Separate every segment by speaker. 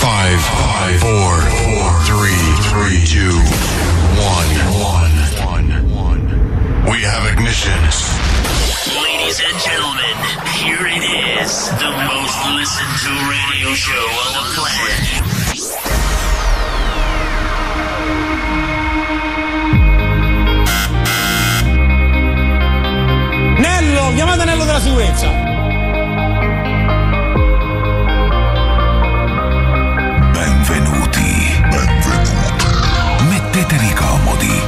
Speaker 1: Five, five, four, four, three, three, two, one, one, one, one. We have ignition.
Speaker 2: Ladies and gentlemen, here it is, the most listened to radio show on the planet.
Speaker 3: Nello, chiamate Nello della sicurezza.
Speaker 4: Benvenuti. Benvenuti. Mettetevi comodi.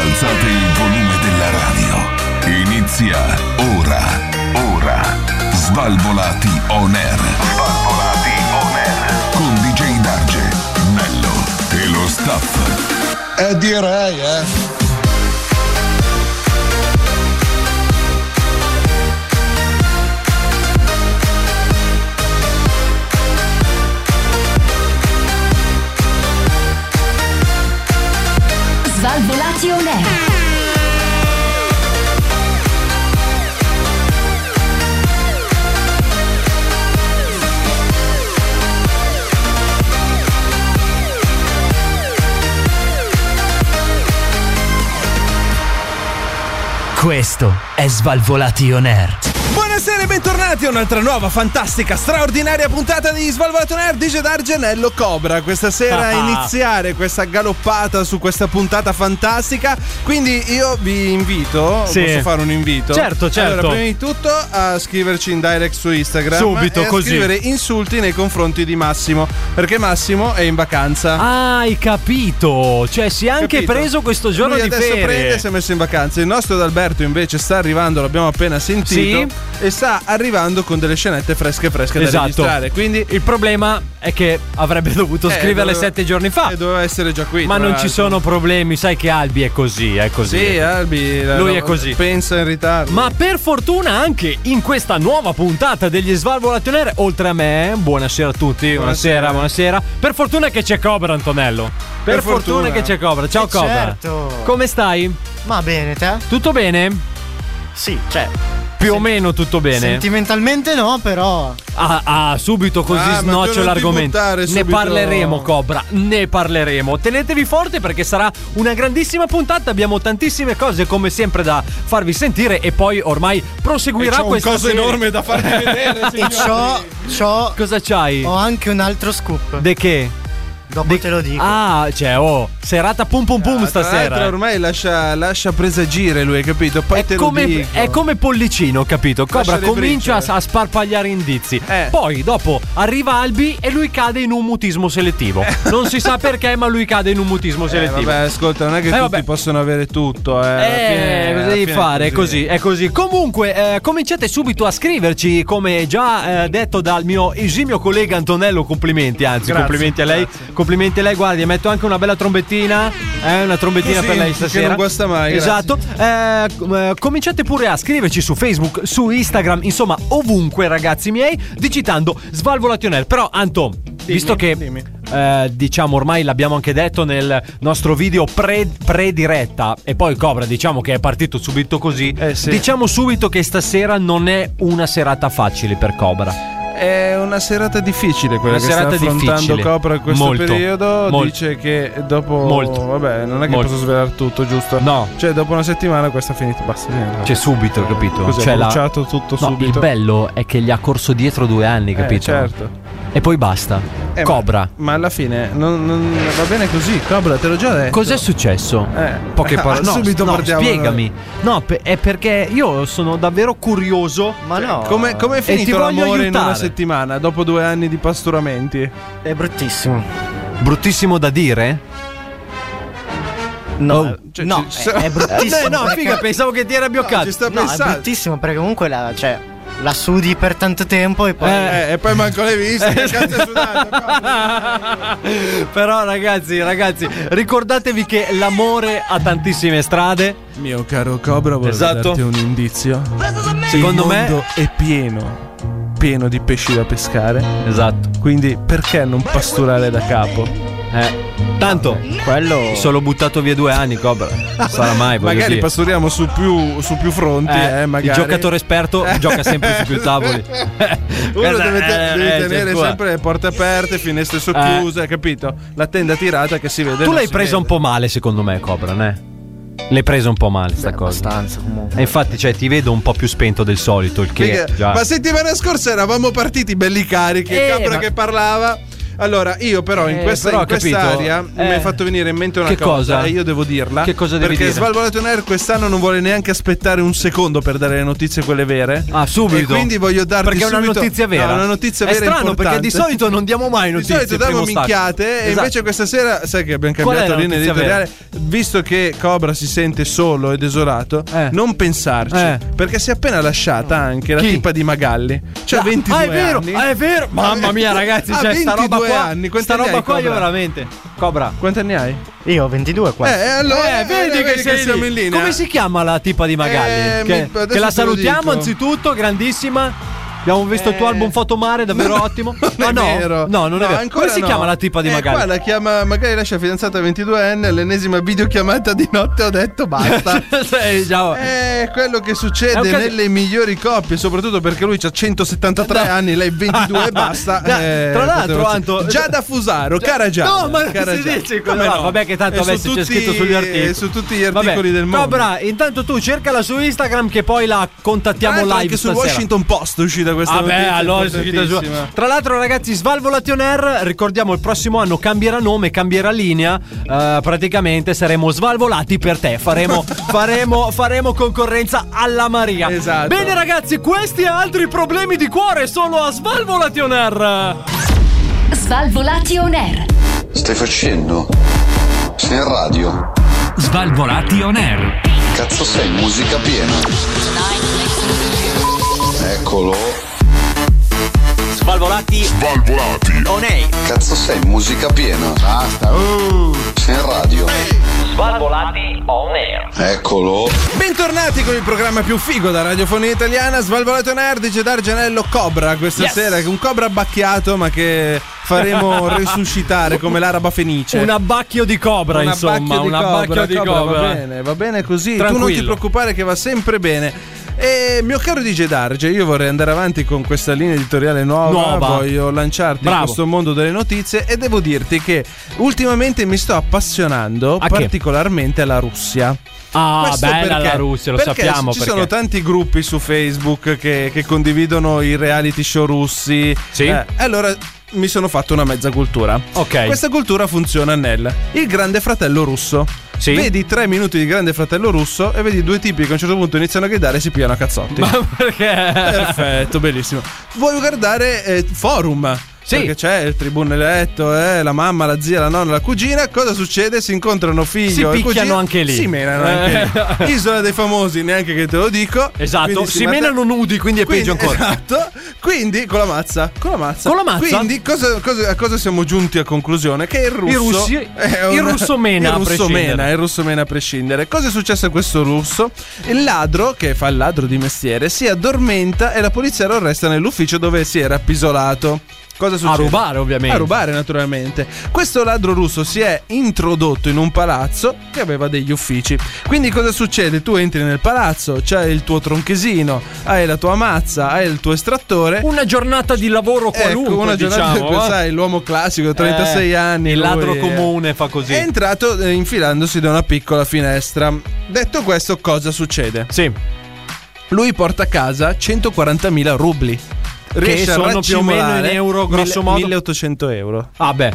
Speaker 4: Alzate il volume della radio. Inizia ora. Ora. Svalvolati on air. Svalvolati on air. Con DJ Darge, Nello e lo staff.
Speaker 5: Eh direi, eh.
Speaker 6: Svalvolati on air.
Speaker 7: Questo è Svalvolati On Air.
Speaker 8: Buonasera e bentornati a un'altra nuova, fantastica, straordinaria puntata di Svalvolato Nerd di D'Argenello Cobra. Questa sera iniziare questa galoppata su questa puntata fantastica. Quindi io vi invito,
Speaker 9: Sì.
Speaker 8: posso fare un invito?
Speaker 9: Certo, certo.
Speaker 8: Allora, prima di tutto a scriverci in direct su Instagram.
Speaker 9: Subito,
Speaker 8: e a
Speaker 9: così.
Speaker 8: scrivere insulti nei confronti di Massimo, perché Massimo è in vacanza.
Speaker 9: Ah, Hai capito? Cioè, si è anche
Speaker 8: Capito?
Speaker 9: preso questo giorno
Speaker 8: Lui
Speaker 9: di
Speaker 8: adesso prende e
Speaker 9: ferie.
Speaker 8: si è messo in vacanza. Il nostro D'Alberto invece sta arrivando, l'abbiamo appena sentito. E sta arrivando con delle scenette fresche fresche da
Speaker 9: Esatto.
Speaker 8: registrare.
Speaker 9: Quindi il problema è che avrebbe dovuto
Speaker 8: Eh,
Speaker 9: scriverle
Speaker 8: doveva-
Speaker 9: sette giorni fa.
Speaker 8: E doveva essere già qui.
Speaker 9: ma
Speaker 8: tra
Speaker 9: non ci
Speaker 8: l'altro.
Speaker 9: sono problemi, sai che Albi è così, è così. eh.
Speaker 8: Sì, Albi. la-
Speaker 9: Lui
Speaker 8: la-
Speaker 9: è così.
Speaker 8: Pensa in ritardo.
Speaker 9: Ma per fortuna anche in questa nuova puntata degli Svalvolati On Air, oltre a me, buonasera a tutti, buonasera, buonasera. Per fortuna che c'è Cobra Antonello. Per,
Speaker 8: Per
Speaker 9: fortuna.
Speaker 8: fortuna.
Speaker 9: che c'è Cobra. Ciao
Speaker 10: Eh,
Speaker 9: Cobra.
Speaker 10: certo.
Speaker 9: Come stai?
Speaker 10: Ma bene, te?
Speaker 9: Tutto bene?
Speaker 10: Sì, cioè.
Speaker 9: Più o meno tutto bene.
Speaker 10: Sentimentalmente no, però.
Speaker 9: Ah, ah, subito così
Speaker 8: Ah, ma te
Speaker 9: snoccio
Speaker 8: non ti
Speaker 9: l'argomento.
Speaker 8: buttare
Speaker 9: Ne
Speaker 8: subito.
Speaker 9: parleremo, Cobra, ne parleremo. Tenetevi forte perché sarà una grandissima puntata. Abbiamo tantissime cose come sempre da farvi sentire e poi ormai
Speaker 8: E c'ho
Speaker 9: proseguirà
Speaker 8: un
Speaker 9: questa
Speaker 8: coso
Speaker 9: serie.
Speaker 8: enorme da farti vedere.
Speaker 10: E ciò, ciò
Speaker 9: Cosa c'hai?
Speaker 10: ho anche un altro scoop.
Speaker 9: De che?
Speaker 10: Dopo
Speaker 9: De-
Speaker 10: te lo dico.
Speaker 9: Ah, cioè, oh, serata pum pum pum
Speaker 8: Ma Ah, tra l'altro
Speaker 9: stasera. eh.
Speaker 8: ormai lascia, lascia presagire lui, capito? Poi
Speaker 9: È
Speaker 8: te lo
Speaker 9: come,
Speaker 8: dico.
Speaker 9: è come pollicino, capito? Cobra
Speaker 8: Lascia le
Speaker 9: comincia
Speaker 8: briciole.
Speaker 9: a sparpagliare indizi.
Speaker 8: Eh.
Speaker 9: Poi, dopo, arriva Albi e lui cade in un mutismo selettivo. Non si sa perché, ma lui cade in un mutismo
Speaker 8: Eh,
Speaker 9: selettivo.
Speaker 8: vabbè, ascolta, non è che
Speaker 9: Eh,
Speaker 8: tutti
Speaker 9: vabbè.
Speaker 8: possono avere tutto. Eh, alla fine-
Speaker 9: Eh,
Speaker 8: alla
Speaker 9: cosa devi
Speaker 8: fine
Speaker 9: fare? È così, è così. Comunque, eh, cominciate subito a scriverci, come già eh, detto dal mio esimio collega Antonello. Complimenti, anzi,
Speaker 8: Grazie,
Speaker 9: complimenti a lei. Complimenti a lei, guardi, metto anche una bella trombettina. Eh, una trombettina
Speaker 8: Così,
Speaker 9: per lei
Speaker 8: che
Speaker 9: stasera.
Speaker 8: non guasta mai, grazie.
Speaker 9: Esatto. Eh, com- eh, cominciate pure a scriverci su Facebook, su Instagram, insomma, ovunque, ragazzi miei, digitando Svalvolationer. Però, Anto, visto che.
Speaker 8: dimmi.
Speaker 9: eh, diciamo ormai l'abbiamo anche detto nel nostro video pre- pre-diretta e poi Cobra diciamo che è partito subito così
Speaker 8: Eh, sì.
Speaker 9: diciamo subito che stasera non è una serata facile per Cobra
Speaker 8: È una serata difficile quella
Speaker 9: Una
Speaker 8: che sta
Speaker 9: serata
Speaker 8: affrontando
Speaker 9: difficile.
Speaker 8: Copra in questo
Speaker 9: Molto.
Speaker 8: periodo.
Speaker 9: Molto.
Speaker 8: Dice che dopo.
Speaker 9: Molto.
Speaker 8: Vabbè, non è che
Speaker 9: Molto.
Speaker 8: posso svelare tutto, giusto?
Speaker 9: No.
Speaker 8: Cioè, dopo una settimana questa è finita. Basta. niente.
Speaker 9: cioè subito capito
Speaker 8: Così,
Speaker 9: cioè
Speaker 8: ho
Speaker 9: la-
Speaker 8: bruciato tutto
Speaker 9: No,
Speaker 8: subito.
Speaker 9: il bello è che gli ha corso dietro due anni
Speaker 8: Eh,
Speaker 9: capito
Speaker 8: certo.
Speaker 9: e poi basta
Speaker 8: Eh, ma-
Speaker 9: Cobra
Speaker 8: Ma, alla fine non, non- va bene così. Cobra, te l'ho già detto.
Speaker 9: Cos'è successo?
Speaker 8: Eh.
Speaker 9: Poche parole. No,
Speaker 8: Subito
Speaker 9: no,
Speaker 8: partiamo. eh.
Speaker 9: spiegami. No, pe- è perché io sono davvero curioso. Cioè,
Speaker 10: Ma no.
Speaker 8: Come, come è
Speaker 9: ti
Speaker 8: finito
Speaker 9: voglio
Speaker 8: l'amore in
Speaker 9: aiutare.
Speaker 8: una settimana dopo due anni di pasturamenti?
Speaker 10: È bruttissimo.
Speaker 9: Bruttissimo da dire?
Speaker 10: No,
Speaker 9: Oh,
Speaker 8: cioè,
Speaker 10: no,
Speaker 8: ci- Eh,
Speaker 10: è, è bruttissimo.
Speaker 9: Beh, no,
Speaker 10: perché-
Speaker 9: figa, pensavo che ti era abbioccato.
Speaker 8: Ci sta
Speaker 10: No, è
Speaker 8: pensando.
Speaker 10: bruttissimo perché comunque la, cioè, la sudi per tanto tempo e poi.
Speaker 9: Eh, esatto.
Speaker 8: Eh, e poi manco l'hai visto. che cazzo è sudato, Cobra?
Speaker 9: Però ragazzi, ragazzi, ricordatevi che l'amore ha tantissime strade.
Speaker 8: Mio caro Cobra, vorrei
Speaker 9: Esatto.
Speaker 8: darti un indizio.
Speaker 9: Secondo
Speaker 8: il
Speaker 9: me-
Speaker 8: mondo è pieno, pieno di pesci da pescare.
Speaker 9: Esatto.
Speaker 8: Quindi perché non pasturare da capo?
Speaker 9: Eh. Tanto,
Speaker 10: Quello.
Speaker 9: solo buttato via due anni, Cobra. Non Sarà mai, voglio
Speaker 8: Magari
Speaker 9: dire.
Speaker 8: pastoriamo su più, su più fronti.
Speaker 9: Eh,
Speaker 8: Eh, magari.
Speaker 9: Il giocatore esperto gioca sempre su più tavoli.
Speaker 8: Uno deve, te-
Speaker 9: Eh,
Speaker 8: devi
Speaker 9: eh,
Speaker 8: tenere
Speaker 9: cioè,
Speaker 8: sempre le porte aperte, finestre socchiuse, capito? La tenda tirata che si vede.
Speaker 9: Tu
Speaker 8: non
Speaker 9: l'hai
Speaker 8: si
Speaker 9: presa un
Speaker 8: vede.
Speaker 9: po' male, secondo me, Cobra, eh? L'hai presa un po' male, sta cosa.
Speaker 10: Eh, Abbastanza comunque.
Speaker 9: E infatti, cioè, ti vedo un po' più spento del solito. Il che.
Speaker 8: Figa,
Speaker 9: già-
Speaker 8: Ma settimana scorsa eravamo partiti belli carichi,
Speaker 9: Eh,
Speaker 8: Capra
Speaker 9: ma-
Speaker 8: che parlava. Allora, io però in
Speaker 9: Eh,
Speaker 8: questa,
Speaker 9: però,
Speaker 8: in questa
Speaker 9: capito,
Speaker 8: area mi
Speaker 9: eh.
Speaker 8: hai fatto venire in mente una
Speaker 9: Che cosa?
Speaker 8: e io devo dirla.
Speaker 9: Che cosa devi
Speaker 8: perché
Speaker 9: dire?
Speaker 8: Svalvolato on Air quest'anno non vuole neanche aspettare un secondo per dare le notizie quelle vere.
Speaker 9: Ah, subito.
Speaker 8: E quindi voglio darti
Speaker 9: Perché è una
Speaker 8: subito-
Speaker 9: notizia vera.
Speaker 8: No, una notizia
Speaker 9: È
Speaker 8: vera
Speaker 9: strano perché
Speaker 8: importante.
Speaker 9: di solito non diamo mai
Speaker 8: Di
Speaker 9: notizie.
Speaker 8: solito
Speaker 9: primo
Speaker 8: davamo
Speaker 9: stacco.
Speaker 8: minchiate e
Speaker 9: Esatto.
Speaker 8: invece questa sera, sai che abbiamo
Speaker 9: Qual è
Speaker 8: cambiato
Speaker 9: la
Speaker 8: linea
Speaker 9: notizia
Speaker 8: editoriale, visto che Cobra si sente solo e desolato,
Speaker 9: Eh.
Speaker 8: non pensarci,
Speaker 9: Eh.
Speaker 8: perché si è appena lasciata anche la
Speaker 9: Chi?
Speaker 8: tipa di Magalli. Cioè 22
Speaker 9: ah, è vero,
Speaker 8: anni.
Speaker 9: ah, è vero. Mamma mia, ragazzi,
Speaker 8: Ah,
Speaker 9: cioè, sta roba
Speaker 8: 22
Speaker 9: qua,
Speaker 8: anni, quanti
Speaker 9: sta
Speaker 8: anni
Speaker 9: roba
Speaker 8: hai,
Speaker 9: qua io
Speaker 8: Cobra?
Speaker 9: veramente. Cobra.
Speaker 8: Quanti anni hai?
Speaker 10: Io ho 22 qua.
Speaker 8: Eh, allora
Speaker 9: Eh, vedi che sei
Speaker 8: siamo
Speaker 9: lì.
Speaker 8: in linea.
Speaker 9: Come si chiama la tipa di Magalli?
Speaker 8: Eh, mi-
Speaker 9: che,
Speaker 8: adesso
Speaker 9: che la
Speaker 8: te lo
Speaker 9: salutiamo
Speaker 8: dico.
Speaker 9: anzitutto, grandissima. Abbiamo visto il tuo album Fotomare, davvero ottimo.
Speaker 8: Non
Speaker 9: Ah,
Speaker 8: è
Speaker 9: no,
Speaker 8: vero.
Speaker 9: no, non è vero.
Speaker 8: ancora
Speaker 9: Come si
Speaker 8: no.
Speaker 9: chiama la tipa di
Speaker 8: Eh, Qua
Speaker 9: Magalli?
Speaker 8: la chiama, magari lascia fidanzata 22enne, l'ennesima videochiamata di notte ho detto basta.
Speaker 9: Sei già-
Speaker 8: È quello che
Speaker 9: Cioè, diciamo, È un
Speaker 8: succede
Speaker 9: cas-
Speaker 8: nelle migliori coppie, soprattutto perché lui ha 173
Speaker 9: No.
Speaker 8: anni, lei 22 e basta.
Speaker 9: Da-
Speaker 8: eh,
Speaker 9: tra l'altro,
Speaker 8: poteva-
Speaker 9: Anto- cioè,
Speaker 8: già da Fusaro, cara già.
Speaker 9: No, ma non si dice quello. Vabbè, che
Speaker 8: Eh,
Speaker 9: tanto adesso c'è scritto sugli articoli.
Speaker 8: Su tutti gli articoli
Speaker 9: Vabbè,
Speaker 8: del mondo.
Speaker 9: Cobra, intanto tu cercala su Instagram che poi la
Speaker 8: Tra
Speaker 9: contattiamo
Speaker 8: l'altro
Speaker 9: live
Speaker 8: anche sul
Speaker 9: stasera.
Speaker 8: Washington Post è uscita questa
Speaker 9: Vabbè,
Speaker 8: notizia
Speaker 9: Ah, allora si chiude su-
Speaker 8: importantissima.
Speaker 9: Tra l'altro, ragazzi, Svalvolation Air, ricordiamo il prossimo anno cambierà nome, cambierà linea. eh, praticamente saremo svalvolati per te. Faremo, faremo, faremo concorrenza alla Maria.
Speaker 8: Esatto.
Speaker 9: Bene, ragazzi, questi e altri problemi di cuore solo a
Speaker 8: Eh,
Speaker 9: Svalvolation Air.
Speaker 6: Svalvolati on air.
Speaker 11: Stai facendo? Sei in radio.
Speaker 7: Svalvolati on air.
Speaker 11: Cazzo sei, musica piena. Eccolo.
Speaker 2: Svalvolati
Speaker 1: Svalvolati.
Speaker 2: on air. Uh.
Speaker 11: Cazzo sei, musica piena. Basta. Sei in radio.
Speaker 2: Svalvolati on air.
Speaker 11: Eccolo.
Speaker 8: Bentornati con il programma più figo da Radiofonia Italiana, Svalvolato Nerd, dice Dargianello Cobra questa
Speaker 9: Yes.
Speaker 8: sera, un cobra abbacchiato ma che faremo resuscitare come l'araba fenice.
Speaker 9: Un abbacchio di cobra,
Speaker 8: Un
Speaker 9: insomma.
Speaker 8: abbacchio
Speaker 9: Un abbacchio di cobra.
Speaker 8: Va bene, va bene così. Tu non ti
Speaker 9: Tranquillo.
Speaker 8: preoccupare che va sempre bene. E mio caro DJ Darge, io vorrei andare avanti con questa linea editoriale nuova.
Speaker 9: Nuova.
Speaker 8: Voglio lanciarti
Speaker 9: Bravo.
Speaker 8: in questo mondo delle notizie e devo dirti che ultimamente mi sto appassionando
Speaker 9: A che?
Speaker 8: particolarmente alla Russia.
Speaker 9: Ah,
Speaker 8: Questo
Speaker 9: bella la
Speaker 8: perché-
Speaker 9: Russia, lo
Speaker 8: perché
Speaker 9: sappiamo.
Speaker 8: Ci
Speaker 9: perché.
Speaker 8: sono tanti gruppi su Facebook che, che condividono i reality show russi.
Speaker 9: Sì.
Speaker 8: Eh, allora mi sono fatto una mezza cultura.
Speaker 9: Ok.
Speaker 8: Questa cultura funziona nel Il Grande Fratello Russo.
Speaker 9: Sì.
Speaker 8: Vedi tre minuti di Grande Fratello Russo e vedi due tipi che a un certo punto iniziano a gridare e si pigliano a cazzotti.
Speaker 9: Ma perché?
Speaker 8: Perfetto, bellissimo. Vuoi guardare eh, Forum?
Speaker 9: Sì.
Speaker 8: Perché c'è il tribune eletto, eh, la mamma, la zia, la nonna, la cugina. Cosa succede? Si incontrano
Speaker 9: Si
Speaker 8: figlio e
Speaker 9: picchiano
Speaker 8: cugina,
Speaker 9: anche lì.
Speaker 8: Si menano
Speaker 9: Eh.
Speaker 8: anche lì. Isola dei famosi, neanche che te lo dico.
Speaker 9: Esatto,
Speaker 8: Quindi
Speaker 9: si
Speaker 8: mette-
Speaker 9: menano nudi, quindi è
Speaker 8: quindi,
Speaker 9: peggio ancora.
Speaker 8: Esatto. Quindi con la mazza. Con la mazza.
Speaker 9: Con la mazza?
Speaker 8: Quindi cosa, cosa- a cosa siamo giunti a conclusione? Che il russo.
Speaker 9: russi-
Speaker 8: è
Speaker 9: il russo mena
Speaker 8: il
Speaker 9: a
Speaker 8: russo
Speaker 9: prescindere.
Speaker 8: mena, il russo mena a prescindere. Cosa è successo a questo russo? Il ladro, che fa il ladro di mestiere, si addormenta e la polizia lo arresta nell'ufficio dove si era appisolato. Cosa succede?
Speaker 9: rubare, ovviamente.
Speaker 8: A rubare, naturalmente. Questo ladro russo si è introdotto in un palazzo che aveva degli uffici. Quindi cosa succede? Tu entri nel palazzo, c'è il tuo tronchesino, hai la tua mazza, hai il tuo estrattore.
Speaker 9: Una giornata di lavoro qualunque,
Speaker 8: ecco, una giornata
Speaker 9: diciamo.
Speaker 8: in cui,
Speaker 9: eh.
Speaker 8: sai, l'uomo classico, 36
Speaker 9: Eh,
Speaker 8: anni.
Speaker 9: Il
Speaker 8: lui
Speaker 9: ladro
Speaker 8: è-
Speaker 9: comune fa così.
Speaker 8: È entrato eh, infilandosi da una piccola finestra. Detto questo, cosa succede?
Speaker 9: sì.
Speaker 8: Lui porta a casa 140.000 rubli. Riesce a
Speaker 9: sono più o meno in
Speaker 8: raccimolare
Speaker 9: euro, grosso
Speaker 8: mille-
Speaker 9: modo.
Speaker 8: 1800 euro
Speaker 9: Ah, beh.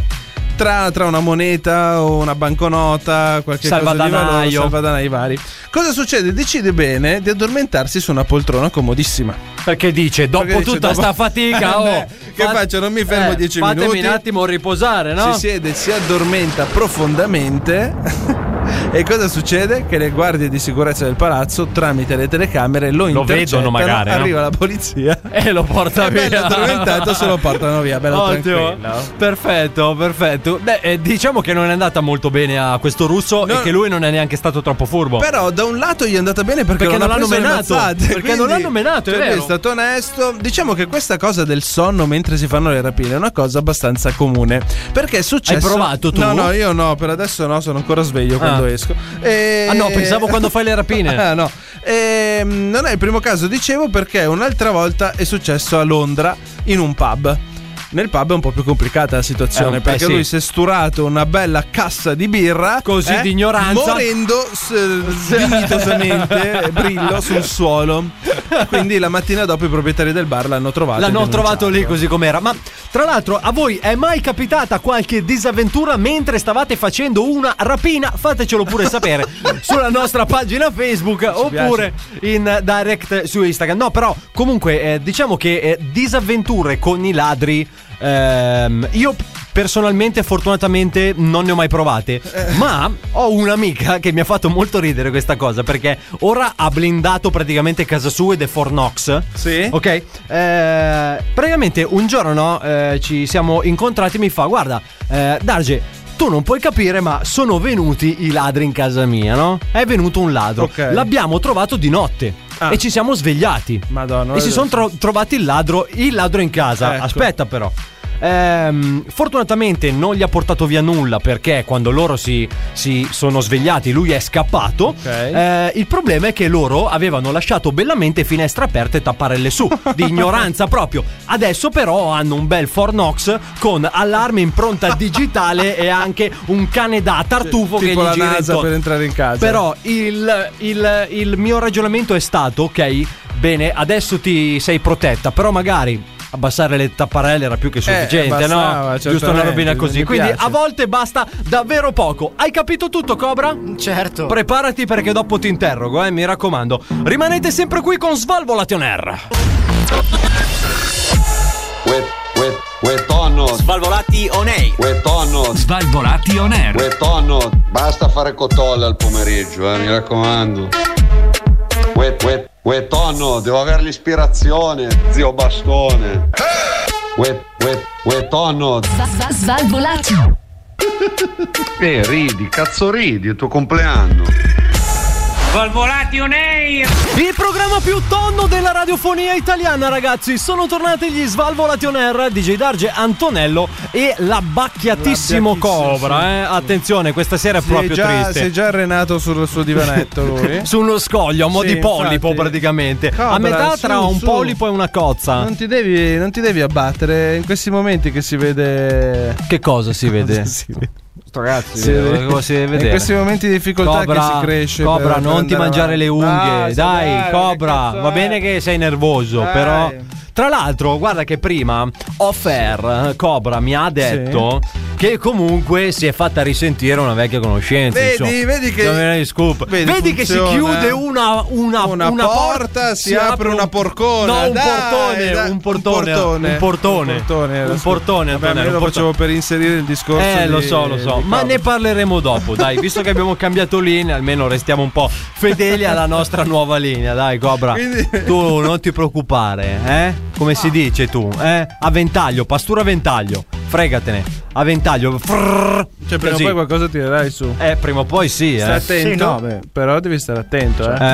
Speaker 8: tra, tra una moneta o una banconota, qualche cosa di valore,
Speaker 9: Salvadanaio.
Speaker 8: salvadanai vari. Cosa succede? Decide bene di addormentarsi su una poltrona comodissima.
Speaker 9: Perché dice, dopo
Speaker 8: Perché dice,
Speaker 9: tutta
Speaker 8: dopo-
Speaker 9: sta fatica, oh, Eh,
Speaker 8: Eh, che faccio? Non mi fermo dieci
Speaker 9: fatemi
Speaker 8: minuti?
Speaker 9: un attimo riposare, no?
Speaker 8: Si siede, si addormenta profondamente. E cosa succede? Che le guardie di sicurezza del palazzo, tramite le telecamere, lo,
Speaker 9: Lo
Speaker 8: intercettano,
Speaker 9: vedono magari, no?
Speaker 8: Arriva la polizia
Speaker 9: E lo porta
Speaker 8: È bello
Speaker 9: via.
Speaker 8: addormentato, se lo portano via, bello
Speaker 9: Ottimo.
Speaker 8: tranquillo.
Speaker 9: Perfetto, perfetto. Beh, eh, diciamo che non è andata molto bene a questo russo
Speaker 8: No.
Speaker 9: e che lui non è neanche stato troppo furbo.
Speaker 8: Però da un lato gli è andata bene perché,
Speaker 9: Perché
Speaker 8: non,
Speaker 9: non
Speaker 8: ha
Speaker 9: l'hanno
Speaker 8: preso le
Speaker 9: menato.
Speaker 8: mazzate,
Speaker 9: Perché non
Speaker 8: quindi-
Speaker 9: l'hanno menato, è
Speaker 8: cioè, lui
Speaker 9: vero.
Speaker 8: è stato onesto. Diciamo che questa cosa del sonno mentre si fanno le rapine è una cosa abbastanza comune. Perché è successo.
Speaker 9: provato tu?
Speaker 8: No, no, io no, per adesso no, sono ancora sveglio quando esco. E-
Speaker 9: Ah no, pensavo quando fai le rapine.
Speaker 8: Ah, no. Ehm, non è il primo caso, dicevo, perché un'altra volta è successo a Londra in un pub. Nel pub è un po' più complicata la situazione
Speaker 9: Eh,
Speaker 8: perché
Speaker 9: eh, sì.
Speaker 8: lui si è sturato una bella cassa di birra
Speaker 9: Così
Speaker 8: eh,
Speaker 9: di ignoranza.
Speaker 8: morendo s- dignitosamente eh, brillo sul suolo. Quindi la mattina dopo i proprietari del bar l'hanno trovato. e
Speaker 9: L'hanno
Speaker 8: denunciato.
Speaker 9: trovato lì così com'era. Ma tra l'altro, a voi è mai capitata qualche disavventura mentre stavate facendo una rapina? Fatecelo pure sapere sulla nostra pagina Facebook oppure in direct su Instagram. No, però, comunque, eh, diciamo che eh, disavventure con i ladri. ehm, io personalmente, fortunatamente, non ne ho mai provate. Ma ho un'amica che mi ha fatto molto ridere questa cosa perché ora ha blindato praticamente casa sua ed è Fornox.
Speaker 8: Sì.
Speaker 9: Ok, eh, praticamente un giorno no, eh, ci siamo incontrati e mi fa: Guarda, eh, Darge, tu non puoi capire, ma sono venuti i ladri in casa mia, no? È venuto un ladro.
Speaker 8: Ok.
Speaker 9: L'abbiamo trovato di notte
Speaker 8: Ah.
Speaker 9: e ci siamo svegliati.
Speaker 8: Madonna,
Speaker 9: E si
Speaker 8: eh.
Speaker 9: sono trovati il ladro, il ladro in casa.
Speaker 8: Ecco.
Speaker 9: Aspetta, però. Ehm, fortunatamente non gli ha portato via nulla perché quando loro si, si sono svegliati lui è scappato.
Speaker 8: Ok.
Speaker 9: Eh, il problema è che loro avevano lasciato bellamente finestre aperte e tapparelle su, di ignoranza proprio. Adesso però hanno un bel Fornox con allarme impronta digitale e anche un cane da tartufo che
Speaker 8: Tipo
Speaker 9: gli
Speaker 8: la
Speaker 9: gira
Speaker 8: NASA
Speaker 9: intorno.
Speaker 8: per entrare in casa.
Speaker 9: Però il, il- il mio ragionamento è stato, ok, bene, adesso ti sei protetta, però magari abbassare le tapparelle era più che sufficiente,
Speaker 8: bastava,
Speaker 9: no? Giusto una
Speaker 8: Eh, certamente,
Speaker 9: robina così.
Speaker 8: mi
Speaker 9: Quindi
Speaker 8: piace.
Speaker 9: a volte basta davvero poco. Hai capito tutto, Cobra?
Speaker 10: Certo.
Speaker 9: Preparati perché dopo ti interrogo, eh, mi raccomando. Rimanete sempre qui con Svalvolation R.
Speaker 11: Uè, uè, uè, tonno.
Speaker 2: Svalvolati on air.
Speaker 11: Uè, tonno.
Speaker 7: Svalvolati on air.
Speaker 11: Uè, tonno. Basta fare cotolle al pomeriggio, eh, mi raccomando. Uè, uè, uè, tonno. Devo avere l'ispirazione, zio bastone. Uè, uè, uè, tonno.
Speaker 6: Sva- Svalvolati.
Speaker 11: Eh, ridi, cazzo ridi, è il tuo compleanno.
Speaker 2: Svalvolati on air.
Speaker 9: Il programma più tonno della radiofonia italiana, ragazzi. Sono tornati gli Svalvolati on Air, DJ Darge, Antonello e l'abbacchiatissimo Cobra. Eh. Attenzione, questa sera è
Speaker 8: si è,
Speaker 9: proprio
Speaker 8: già,
Speaker 9: triste.
Speaker 8: si è già arenato sul suo divanetto lui.
Speaker 9: Su uno scoglio, a mo'
Speaker 8: Sì,
Speaker 9: di polipo
Speaker 8: infatti.
Speaker 9: praticamente.
Speaker 8: Cobra,
Speaker 9: a metà
Speaker 8: su,
Speaker 9: tra un
Speaker 8: su.
Speaker 9: polipo e una cozza.
Speaker 8: Non ti, devi, non ti devi abbattere in questi momenti che si vede.
Speaker 9: Che cosa si vede?
Speaker 8: Sto cazzo,
Speaker 9: si vede- cosa eh, si deve vedere?
Speaker 8: In questi momenti di difficoltà
Speaker 9: Cobra,
Speaker 8: che si cresce.
Speaker 9: Cobra,
Speaker 8: per- per
Speaker 9: non ti
Speaker 8: andare
Speaker 9: mangiare le
Speaker 8: avanti.
Speaker 9: unghie.
Speaker 8: Basta,
Speaker 9: dai,
Speaker 8: che
Speaker 9: Cobra,
Speaker 8: cazzo
Speaker 9: va
Speaker 8: è?
Speaker 9: bene che sei nervoso,
Speaker 8: Dai.
Speaker 9: però. Tra l'altro, guarda che prima off air, eh, Cobra mi ha detto che comunque si è fatta risentire una vecchia conoscenza.
Speaker 8: Vedi,
Speaker 9: insomma.
Speaker 8: vedi che-
Speaker 9: Dammi una scoop.
Speaker 8: Vedi,
Speaker 9: Vedi, che si
Speaker 8: funziona. eh.
Speaker 9: chiude una, una,
Speaker 8: Una
Speaker 9: por-
Speaker 8: porta, si apre
Speaker 9: un-
Speaker 8: una porcona.
Speaker 9: No, un
Speaker 8: Dai,
Speaker 9: portone,
Speaker 8: dai,
Speaker 9: un portone.
Speaker 8: un
Speaker 9: Un portone.
Speaker 8: portone,
Speaker 9: Un
Speaker 8: scusa.
Speaker 9: portone,
Speaker 8: Vabbè, ma
Speaker 9: Antonello,
Speaker 8: io lo
Speaker 9: un portone.
Speaker 8: facevo per inserire il discorso.
Speaker 9: Eh, lo
Speaker 8: di-
Speaker 9: so, lo so.
Speaker 8: di
Speaker 9: Ma
Speaker 8: Cobra.
Speaker 9: ne parleremo dopo, dai, visto che abbiamo cambiato linea, almeno restiamo un po' fedeli alla nostra nuova linea, dai, Cobra.
Speaker 8: Quindi-
Speaker 9: Tu non ti preoccupare, eh? Come
Speaker 10: Ah.
Speaker 9: si dice tu, eh? A ventaglio, pastura a ventaglio. Fregatene, a ventaglio. Frrrr.
Speaker 8: Cioè, prima o
Speaker 9: Così.
Speaker 8: poi qualcosa tirerai su.
Speaker 9: Eh, prima o poi sì,
Speaker 8: Stai
Speaker 9: eh.
Speaker 8: attento.
Speaker 10: Sì, no, beh.
Speaker 8: Però devi stare attento, eh.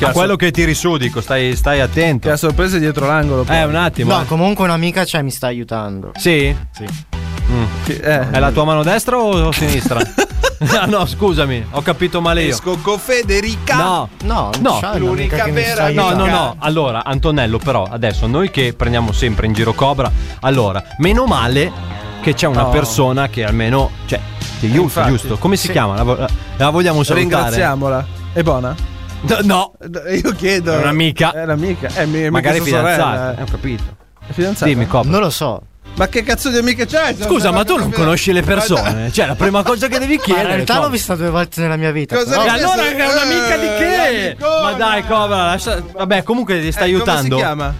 Speaker 9: eh. A quello che tiri su, dico, stai, stai
Speaker 8: Che
Speaker 9: attento.
Speaker 8: la sorpresa è dietro l'angolo. poi.
Speaker 9: Eh, un attimo.
Speaker 10: No,
Speaker 9: eh.
Speaker 10: comunque un'amica cioè, mi sta aiutando.
Speaker 9: Sì?
Speaker 8: Sì, eh.
Speaker 9: È la tua mano destra o sinistra? Ah, no, scusami, ho capito male io.
Speaker 8: Esco con Federica.
Speaker 9: No,
Speaker 10: No, non
Speaker 9: No,
Speaker 10: c'è
Speaker 8: l'unica
Speaker 10: un'amica che mi sta
Speaker 8: vera
Speaker 9: No,
Speaker 10: aiutando.
Speaker 9: no, no. Allora, Antonello, però, adesso noi che prendiamo sempre in giro Cobra, allora, meno male che c'è una
Speaker 8: No.
Speaker 9: persona che almeno, cioè, ti aiuta,
Speaker 8: Infatti.
Speaker 9: giusto? Come si chiama? La, vo- la vogliamo salutare?
Speaker 8: Ringraziamola. È buona?
Speaker 9: No, no,
Speaker 8: Io chiedo.
Speaker 9: È un'amica.
Speaker 8: È un'amica. Eh, mi,
Speaker 9: magari
Speaker 8: mica sua sorella,
Speaker 9: fidanzata.
Speaker 8: eh.
Speaker 9: Eh, Ho capito.
Speaker 8: È fidanzata.
Speaker 9: Dimmi, Cobra.
Speaker 10: Non lo so.
Speaker 8: Ma che cazzo di amiche c'hai?
Speaker 9: Scusa, ma tu non conosci le
Speaker 8: Ma-
Speaker 9: persone? Cioè, la prima cosa che devi
Speaker 10: Ma
Speaker 9: chiedere.
Speaker 10: in realtà
Speaker 9: Cobra.
Speaker 10: l'ho vista due volte nella mia vita.
Speaker 8: Cosa
Speaker 10: però-
Speaker 8: ne-
Speaker 9: E Cioè, allora è un'amica di
Speaker 8: Eh,
Speaker 9: che?
Speaker 8: amicona.
Speaker 9: Ma dai, Cobra, lascia- vabbè, comunque ti sta
Speaker 8: Eh,
Speaker 9: aiutando.
Speaker 8: Come si chiama?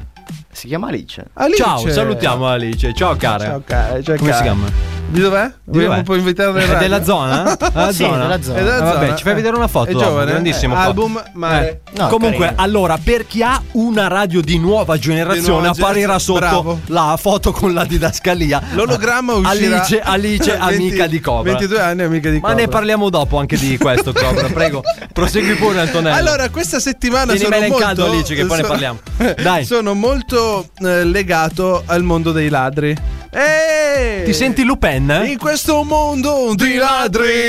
Speaker 10: Si chiama Alice. eh, cioè,
Speaker 8: Alice.
Speaker 9: Ciao, salutiamo Alice. Ciao, cara.
Speaker 8: Ciao, cara. Ciao,
Speaker 9: Come si
Speaker 8: cara.
Speaker 9: chiama?
Speaker 8: Di dov'è? Dobbiamo
Speaker 9: dov'è?
Speaker 8: un po' invitare
Speaker 9: È
Speaker 8: radio.
Speaker 9: della zona? Della
Speaker 8: Sì,
Speaker 9: zona?
Speaker 8: della zona.
Speaker 9: È della
Speaker 8: Ah,
Speaker 9: Vabbè,
Speaker 8: zona,
Speaker 9: ci fai
Speaker 8: eh.
Speaker 9: vedere una foto.
Speaker 8: È giovane,
Speaker 9: dopo,
Speaker 8: eh.
Speaker 9: grandissimo. foto. Eh,
Speaker 8: Album, mare. No,
Speaker 9: Comunque,
Speaker 8: carino.
Speaker 9: allora, per chi ha una radio di nuova generazione,
Speaker 8: Di nuova
Speaker 9: apparirà
Speaker 8: generazione,
Speaker 9: sotto
Speaker 8: bravo.
Speaker 9: la foto con la didascalia.
Speaker 8: L'ologramma uscirà
Speaker 9: Alice, Alice
Speaker 8: 20
Speaker 9: amica di Cobra.
Speaker 8: 22 anni, amica di
Speaker 9: Ma
Speaker 8: Cobra.
Speaker 9: ne parliamo dopo anche di questo, Cobra. Prego, prosegui pure, Antonello.
Speaker 8: Allora, questa settimana sono
Speaker 9: Tienimela in
Speaker 8: molto
Speaker 9: caldo, Alice, che poi ne
Speaker 8: so-
Speaker 9: parliamo. Dai.
Speaker 8: Sono molto eh, legato al mondo dei ladri. Ehi!
Speaker 9: ti senti Lupin? eh?
Speaker 8: In questo mondo di ladri.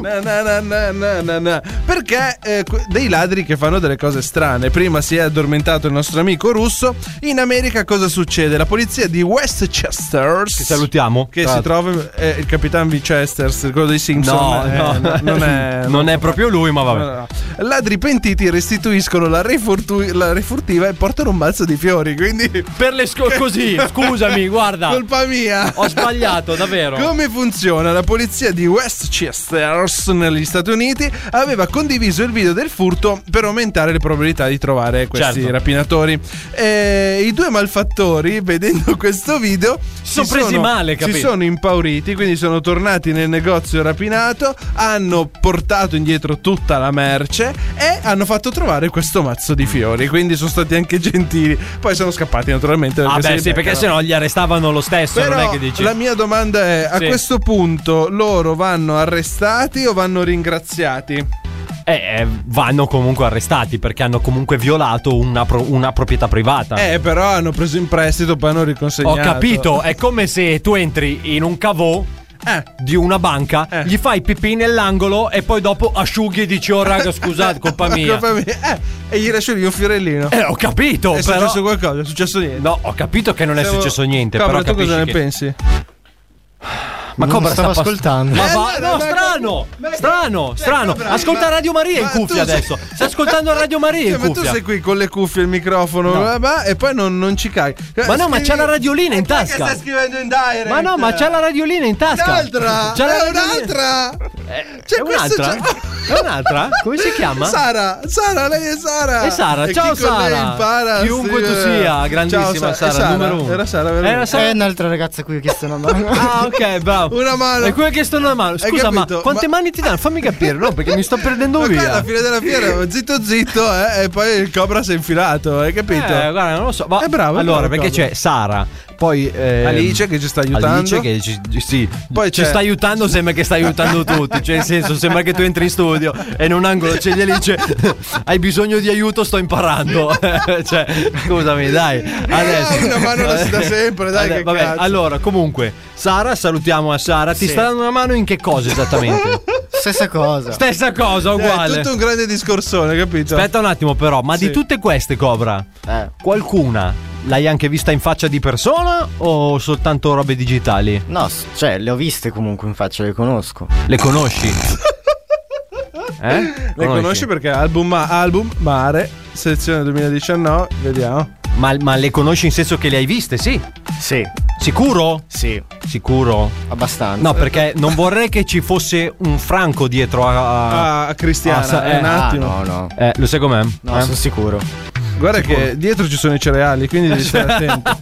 Speaker 8: Na, na, na, na, na, na, na. Perché eh, que- dei ladri che fanno delle cose strane. Prima si è addormentato il nostro amico russo. In America cosa succede? La polizia di Westchester.
Speaker 9: Ti salutiamo.
Speaker 8: Che
Speaker 9: Tra
Speaker 8: si
Speaker 9: l'altro.
Speaker 8: trova eh, il capitano Winchester, quello dei Simpson.
Speaker 9: No,
Speaker 8: Eh,
Speaker 9: no,
Speaker 8: no, non è.
Speaker 9: non è proprio lui, ma vabbè.
Speaker 8: No, no. Ladri pentiti restituiscono la, refurtu- la refurtiva e portano un mazzo di fiori. Quindi,
Speaker 9: Per le sco- così, scusami, guarda.
Speaker 8: colpa mia.
Speaker 9: Ho sbagliato, davvero.
Speaker 8: Come funziona? La polizia di Westchester negli Stati Uniti aveva condiviso il video del furto per aumentare le probabilità di trovare questi
Speaker 9: Certo.
Speaker 8: rapinatori. E I due malfattori, vedendo questo video, si
Speaker 9: sono presi male, capito?
Speaker 8: Si sono impauriti, quindi sono tornati nel negozio rapinato, hanno portato indietro tutta la merce e hanno fatto trovare questo mazzo di fiori. Quindi sono stati anche gentili. Poi sono scappati, naturalmente.
Speaker 9: Ah, beh,
Speaker 8: se
Speaker 9: sì,
Speaker 8: li
Speaker 9: perché
Speaker 8: beccano.
Speaker 9: sennò gli arrestavano lo stesso.
Speaker 8: Però
Speaker 9: non è che dici.
Speaker 8: la mia domanda è: a
Speaker 9: Sì.
Speaker 8: questo punto loro vanno arrestati o vanno ringraziati?
Speaker 9: Eh, eh, vanno comunque arrestati perché hanno comunque violato una, pro- una proprietà privata.
Speaker 8: Eh, però hanno preso in prestito, poi hanno
Speaker 9: Ho
Speaker 8: riconsegnato.
Speaker 9: capito, è come se tu entri in un cavò
Speaker 8: Eh.
Speaker 9: di una banca,
Speaker 8: Eh.
Speaker 9: gli fai pipì nell'angolo e poi dopo asciughi e dici "Oh raga, scusate, colpa mia".
Speaker 8: Colpa mia. Eh, e gli lascio lì un fiorellino.
Speaker 9: Eh, ho capito,
Speaker 8: è
Speaker 9: però
Speaker 8: successo qualcosa, è successo niente.
Speaker 9: No, ho capito che non è
Speaker 8: Siamo-
Speaker 9: successo niente,
Speaker 8: Cobra,
Speaker 9: però
Speaker 8: tu cosa
Speaker 9: capisci
Speaker 8: ne
Speaker 9: che-
Speaker 8: pensi?
Speaker 9: Ma
Speaker 10: Non
Speaker 9: Cobra
Speaker 10: stavo
Speaker 9: sta pass-
Speaker 10: ascoltando.
Speaker 9: Ma
Speaker 8: Eh,
Speaker 9: va-
Speaker 8: allora,
Speaker 9: no,
Speaker 8: ma-
Speaker 9: strano,
Speaker 8: ma-
Speaker 9: strano,
Speaker 8: eh,
Speaker 9: strano.
Speaker 8: Cobra,
Speaker 9: Ascolta
Speaker 8: ma-
Speaker 9: Radio Maria in
Speaker 8: ma
Speaker 9: cuffia
Speaker 8: tu sei-
Speaker 9: adesso. Sta ascoltando Radio Maria in
Speaker 8: Cioè, ma tu
Speaker 9: cuffia.
Speaker 8: sei qui con le cuffie, il microfono,
Speaker 9: No.
Speaker 8: bla bla, e poi non, non ci caghi.
Speaker 9: Ma no, ma
Speaker 8: Cioè, Scrivi-
Speaker 9: c'ha la radiolina in
Speaker 8: Ma che
Speaker 9: tasca.
Speaker 8: stai scrivendo in direct?
Speaker 9: Ma no, ma c'ha la radiolina in tasca.
Speaker 8: Un'altra!
Speaker 9: C'ha la
Speaker 8: È
Speaker 9: radiolina-
Speaker 8: un'altra!
Speaker 9: Eh,
Speaker 8: C'è
Speaker 9: è
Speaker 8: questo
Speaker 9: un'altra?
Speaker 8: già-
Speaker 9: È un'altra? Come si chiama?
Speaker 8: Sara, Sara, lei è Sara.
Speaker 9: È Sara,
Speaker 8: E
Speaker 9: ciao
Speaker 8: chi con lei
Speaker 9: Sara.
Speaker 8: impara, sì,
Speaker 9: Chiunque tu
Speaker 8: eh.
Speaker 9: sia, grandissima
Speaker 8: Ciao,
Speaker 9: Sara,
Speaker 8: è
Speaker 9: numero uno.
Speaker 8: Era Sara, vero?
Speaker 9: Era Sara-
Speaker 10: È un'altra ragazza qui che sono andando.
Speaker 9: Ah, ok, bravo.
Speaker 8: Una mano.
Speaker 9: E quello che sto una mano.
Speaker 8: Hai
Speaker 9: Scusa, ma
Speaker 8: capito?
Speaker 9: quante
Speaker 8: Ma-
Speaker 9: mani ti danno? Fammi capire, no? Perché mi sto perdendo
Speaker 8: Ma qua
Speaker 9: via.
Speaker 8: alla fine della fiera, zitto zitto, eh, e poi il cobra si è infilato, hai capito?
Speaker 9: Eh, guarda, non lo so. Ma
Speaker 8: È bravo, è
Speaker 9: Allora,
Speaker 8: bravo,
Speaker 9: perché
Speaker 8: Cobra.
Speaker 9: c'è Sara, poi ehm,
Speaker 8: Alice che ci sta aiutando.
Speaker 9: Alice che ci, sì,
Speaker 8: Poi
Speaker 9: ci
Speaker 8: c'è-
Speaker 9: sta aiutando, sembra che sta aiutando tutti. Cioè, nel senso, sembra che tu entri in studio e in un angolo c'è gli Alice. Hai bisogno di aiuto, sto imparando. cioè, scusami, dai. Adesso.
Speaker 8: Eh, una mano la si dà sempre, dai,
Speaker 9: Vabbè,
Speaker 8: che
Speaker 9: vabbè,
Speaker 8: cazzo.
Speaker 9: allora, comunque, Sara, salutiamo a Sara. Ti sta dando una mano in che cosa esattamente?
Speaker 10: Stessa cosa.
Speaker 9: Stessa cosa,
Speaker 8: Eh, È
Speaker 9: uguale.
Speaker 8: tutto un grande discorsone, capito?
Speaker 9: Aspetta un attimo, però, ma di tutte queste, Cobra,
Speaker 10: Eh.
Speaker 9: qualcuna l'hai anche vista in faccia di persona o soltanto robe digitali?
Speaker 10: No, s- cioè, le ho viste comunque in faccia, le conosco.
Speaker 9: Le conosci? Eh?
Speaker 8: Le conosci perché album, ma- album, mare, selezione 2019, vediamo.
Speaker 9: ma, ma le conosci in senso che le hai viste, sì?
Speaker 10: Sì,
Speaker 9: Sicuro?
Speaker 10: sì,
Speaker 9: Sicuro?
Speaker 10: abbastanza.
Speaker 9: No, perché non vorrei che ci fosse un franco dietro a.
Speaker 8: Ah, Cristiana,
Speaker 9: ah, sa-
Speaker 8: eh,
Speaker 9: eh,
Speaker 8: un
Speaker 10: Ah,
Speaker 8: attimo.
Speaker 10: no, no.
Speaker 9: Eh, lo sai com'è?
Speaker 10: No,
Speaker 9: Eh?
Speaker 10: sono sicuro.
Speaker 8: Guarda che dietro ci sono i cereali, quindi devi stare attento.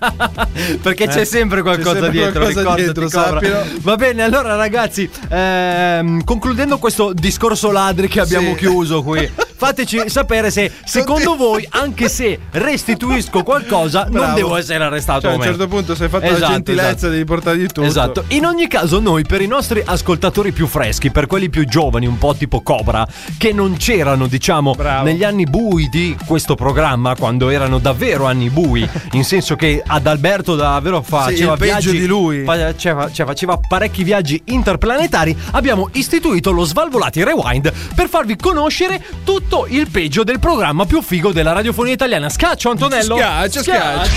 Speaker 9: Perché c'è sempre qualcosa
Speaker 8: Eh? sempre
Speaker 9: dietro,
Speaker 8: qualcosa
Speaker 9: ricordati,
Speaker 8: dietro,
Speaker 9: Cobra.
Speaker 8: sappilo.
Speaker 9: Va bene, allora ragazzi, ehm, concludendo questo discorso ladri che abbiamo
Speaker 8: Sì.
Speaker 9: chiuso qui, fateci sapere se secondo
Speaker 8: Continu-
Speaker 9: voi, anche se restituisco qualcosa, non
Speaker 8: Bravo.
Speaker 9: devo essere arrestato.
Speaker 8: Cioè, a
Speaker 9: o
Speaker 8: un
Speaker 9: meno.
Speaker 8: certo punto, se hai fatto la
Speaker 9: Esatto,
Speaker 8: gentilezza,
Speaker 9: esatto.
Speaker 8: devi portargli tutto.
Speaker 9: Esatto, in ogni caso noi per i nostri ascoltatori più freschi, per quelli più giovani, un po' tipo Cobra, che non c'erano diciamo
Speaker 8: Bravo.
Speaker 9: negli anni bui di questo programma, quando erano davvero anni bui, in senso che ad Alberto davvero faceva
Speaker 8: il peggio
Speaker 9: viaggi,
Speaker 8: di lui.
Speaker 9: faceva, cioè, faceva parecchi viaggi interplanetari, abbiamo istituito lo Svalvolati Rewind per farvi conoscere tutto il peggio del programma più figo della radiofonia italiana. Scaccio Antonello!
Speaker 8: Schiaccia, schiaccia.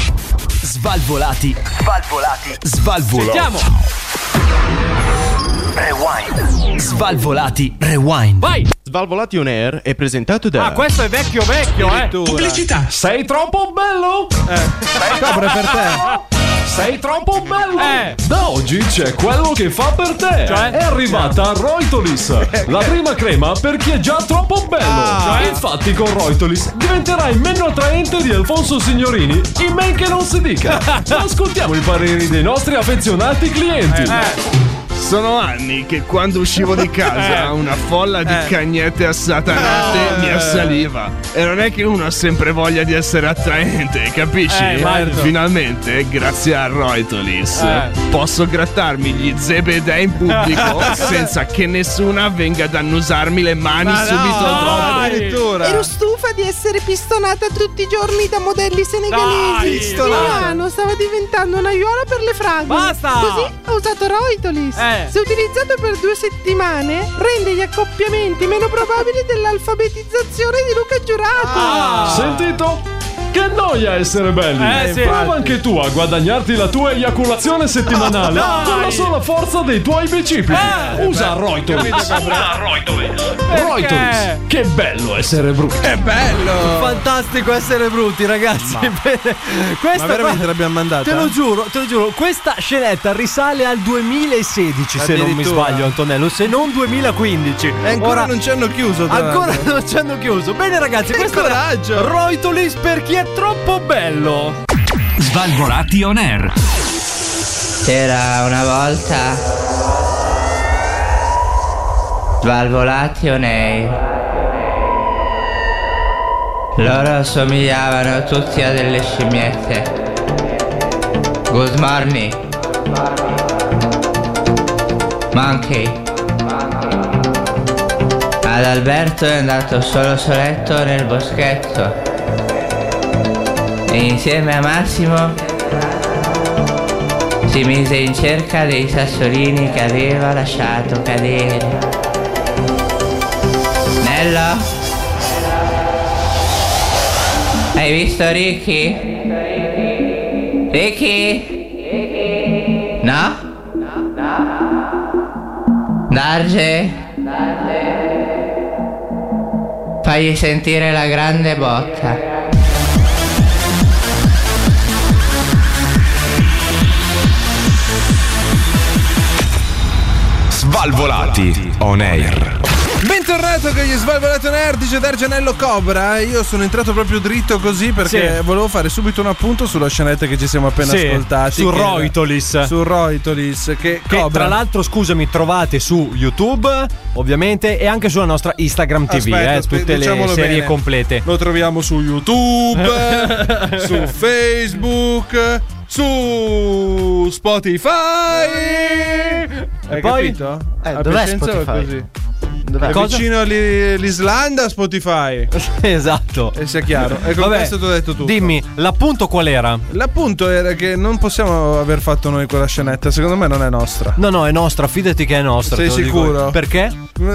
Speaker 7: Svalvolati. Svalvolati. Svalvolati.
Speaker 9: Sentiamo!
Speaker 7: Rewind. Svalvolati. Rewind.
Speaker 9: Vai!
Speaker 12: Svalvolati on air è presentato da
Speaker 9: Ah, questo è vecchio vecchio, eh!
Speaker 8: Addirittura.
Speaker 9: Sei troppo bello!
Speaker 8: Cobra è per te.
Speaker 13: Sei troppo bello!
Speaker 14: Eh.
Speaker 13: Da oggi c'è quello che fa per te!
Speaker 14: Cioè?
Speaker 13: È arrivata Roytolis,
Speaker 9: Eh,
Speaker 13: la prima crema per chi è già troppo bello!
Speaker 14: Ah. Cioè?
Speaker 13: Infatti con Roytolis diventerai meno attraente di Alfonso Signorini, in men che non si dica! Ascoltiamo i pareri dei nostri affezionati
Speaker 9: Eh,
Speaker 13: clienti!
Speaker 15: Sono anni che quando uscivo di casa
Speaker 13: Eh.
Speaker 15: una folla di
Speaker 13: Eh.
Speaker 15: cagnette assatanate
Speaker 9: Eh.
Speaker 13: No.
Speaker 16: Eh.
Speaker 15: mi assaliva. E non è che uno ha sempre voglia di essere attraente, capisci?
Speaker 13: Eh, certo.
Speaker 15: Finalmente, grazie a Roitolis,
Speaker 13: Eh.
Speaker 15: posso grattarmi gli zebedei in pubblico senza che nessuna venga ad annusarmi le mani
Speaker 17: Ma no,
Speaker 15: subito dopo.
Speaker 17: dai. Ero stufa di essere pistonata tutti i giorni da modelli
Speaker 15: Dai,
Speaker 17: senegalesi.
Speaker 15: pistonata.
Speaker 17: Milano stava diventando una un'aiuola per le fragole.
Speaker 18: Basta.
Speaker 17: Così ho usato Roitolis.
Speaker 18: Eh.
Speaker 17: Se utilizzato per due settimane, rende gli accoppiamenti meno probabili dell'alfabetizzazione di Luca Giurato.
Speaker 13: Ah. Sentito? Che noia essere belli!
Speaker 14: Eh, sì.
Speaker 13: Prova anche tu a guadagnarti la tua eiaculazione settimanale
Speaker 14: Ah,
Speaker 8: Ah,
Speaker 14: Dai.
Speaker 13: con la sola forza dei tuoi bicipiti.
Speaker 14: Eh,
Speaker 13: Usa
Speaker 14: beh,
Speaker 13: Roitolis.
Speaker 14: capito, capito.
Speaker 13: Usa Roitolis. Roitolis. Che bello essere brutti.
Speaker 9: È bello! Fantastico essere brutti, ragazzi. Bene. Questa
Speaker 8: Ma veramente
Speaker 9: qua-
Speaker 8: l'abbiamo mandata?
Speaker 9: Te lo giuro, te lo giuro, questa scenetta risale al 2016, se non mi
Speaker 8: Addirittura.
Speaker 9: sbaglio, Antonello, se non 2015.
Speaker 8: E ancora
Speaker 9: Ora-
Speaker 8: non ci hanno chiuso. tra
Speaker 9: Ancora
Speaker 8: l'altro.
Speaker 9: non ci hanno chiuso. Bene, ragazzi,
Speaker 8: Che
Speaker 9: questo
Speaker 8: coraggio!
Speaker 9: era Roitolis per chi è troppo bello.
Speaker 19: Svalvolati on air. C'era una volta. Svalvolati on air. Loro somigliavano tutti a delle scimmiette. Good morning. Monkey. Ad Alberto è andato solo soletto nel boschetto. E insieme a Massimo si mise in cerca dei sassolini che aveva lasciato cadere. Nello? Hai visto Ricky? Ricky? No? Darge? Fagli sentire la grande botta.
Speaker 20: Svalvolati on air.
Speaker 8: Bentornato con gli Svalvolato Nerd, dice Dargianello Cobra. Io sono entrato proprio dritto così perché
Speaker 9: Sì.
Speaker 8: volevo fare subito un appunto sulla scenetta che ci siamo appena
Speaker 9: Sì,
Speaker 8: ascoltati.
Speaker 9: su
Speaker 8: che era-
Speaker 9: Roitolis.
Speaker 8: Su Roitolis. Che,
Speaker 9: Che
Speaker 8: Cobra.
Speaker 9: tra l'altro, scusami, trovate su YouTube, ovviamente, e anche sulla nostra Instagram TV,
Speaker 8: Aspetta,
Speaker 9: eh,
Speaker 8: aspe-
Speaker 9: tutte le
Speaker 8: diciamolo
Speaker 9: serie
Speaker 8: bene.
Speaker 9: complete. Eh,
Speaker 8: Lo troviamo su YouTube, su Facebook, su Spotify. Hai
Speaker 9: poi?
Speaker 8: capito?
Speaker 9: Eh,
Speaker 8: A
Speaker 9: dov'è
Speaker 8: Piacenza va
Speaker 9: Spotify?
Speaker 8: così.
Speaker 9: Dov'è?
Speaker 8: È
Speaker 9: Cosa?
Speaker 8: vicino all'i- all'Islanda Spotify.
Speaker 9: esatto.
Speaker 8: E sia chiaro. E con
Speaker 9: Vabbè,
Speaker 8: questo ti ho detto tutto.
Speaker 9: Dimmi, l'appunto qual era?
Speaker 8: L'appunto era che non possiamo aver fatto noi quella scenetta, secondo me non è nostra.
Speaker 9: No, no, è nostra, fidati che è nostra.
Speaker 8: Sei
Speaker 9: te lo dico
Speaker 8: sicuro? Mm,
Speaker 9: io. Perché?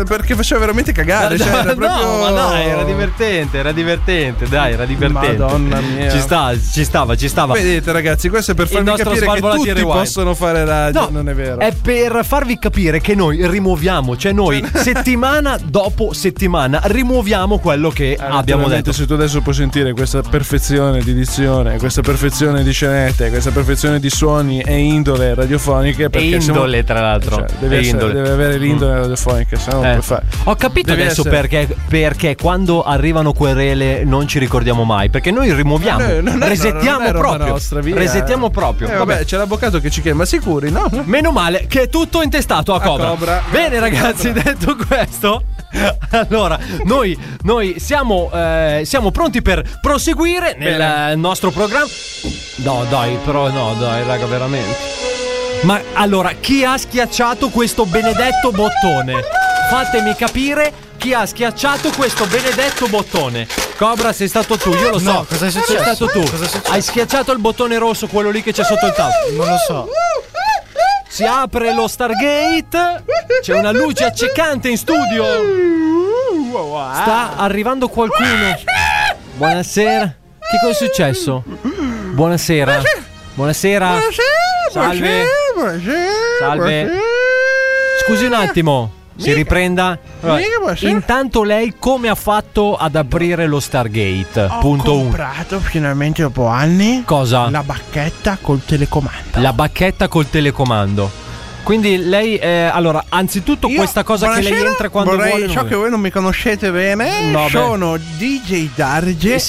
Speaker 8: Perché faceva veramente cagare,
Speaker 9: No,
Speaker 8: cioè era
Speaker 9: no,
Speaker 8: proprio
Speaker 9: ma dai, era divertente, era divertente, dai, era divertente.
Speaker 8: Madonna mia.
Speaker 9: Ci, sta, ci stava, ci stava.
Speaker 8: Vedete ragazzi, questo è per
Speaker 9: Il
Speaker 8: farvi
Speaker 9: nostro
Speaker 8: capire che
Speaker 9: Svalvolati
Speaker 8: tutti
Speaker 9: Rewind.
Speaker 8: possono fare radio,
Speaker 9: No,
Speaker 8: non è vero.
Speaker 9: È per farvi capire che noi rimuoviamo, cioè noi settimana dopo settimana rimuoviamo quello che abbiamo
Speaker 8: Ah, Naturalmente,
Speaker 9: detto.
Speaker 8: se tu adesso puoi sentire questa perfezione di dizione, questa perfezione di scenette, questa perfezione di suoni e indole radiofoniche.
Speaker 9: E
Speaker 8: Perché siamo-
Speaker 9: indole, tra l'altro.
Speaker 8: Cioè, deve,
Speaker 9: E
Speaker 8: essere-
Speaker 9: indole.
Speaker 8: deve avere l'indole radiofonica, se no non
Speaker 9: Eh.
Speaker 8: puoi fare.
Speaker 9: Ho capito
Speaker 8: Deve
Speaker 9: adesso
Speaker 8: essere-
Speaker 9: perché, perché quando arrivano querele non ci ricordiamo mai. Perché noi rimuoviamo,
Speaker 8: Eh, No, no, no,
Speaker 9: resettiamo
Speaker 8: no, non è roba
Speaker 9: proprio.
Speaker 8: nostra, via.
Speaker 9: resettiamo proprio.
Speaker 8: Eh, vabbè, c'è l'avvocato che ci chiama, sicuri, no?
Speaker 9: Meno male che è tutto intestato a Cobra.
Speaker 8: Cobra.
Speaker 9: Bene, ragazzi, detto questo. Allora, noi, noi siamo, eh, siamo pronti per proseguire nel eh, nostro programma. No, dai, però no, dai, raga, veramente. Ma allora, chi ha schiacciato questo benedetto bottone? Fatemi capire chi ha schiacciato questo benedetto bottone. Cobra, sei stato tu, io lo so.
Speaker 10: No, cosa è successo?
Speaker 9: Sei stato tu.
Speaker 10: Cosa è successo?
Speaker 9: Hai schiacciato il bottone rosso, quello lì che c'è sotto il tavolo. Non lo so. Si apre lo Stargate. C'è una luce accecante in studio. Sta arrivando qualcuno. Buonasera. Che cosa è successo? Buonasera. Buonasera. Salve. Salve. Scusi un attimo. si riprenda. Allora,
Speaker 8: Mica può essere.
Speaker 9: intanto lei come ha fatto ad aprire lo Stargate?
Speaker 8: Ho
Speaker 9: Punto 1.
Speaker 8: comprato finalmente dopo anni
Speaker 9: Cosa?
Speaker 8: la bacchetta col telecomando.
Speaker 9: La bacchetta col telecomando. Quindi lei, eh, allora, anzitutto questa cosa che lei
Speaker 8: buonasera,
Speaker 9: entra quando
Speaker 8: vorrei-
Speaker 9: vuole. non
Speaker 8: ciò
Speaker 9: vuole.
Speaker 8: che voi non mi conoscete bene,
Speaker 9: No, beh. Eh,
Speaker 8: sono DJ Darge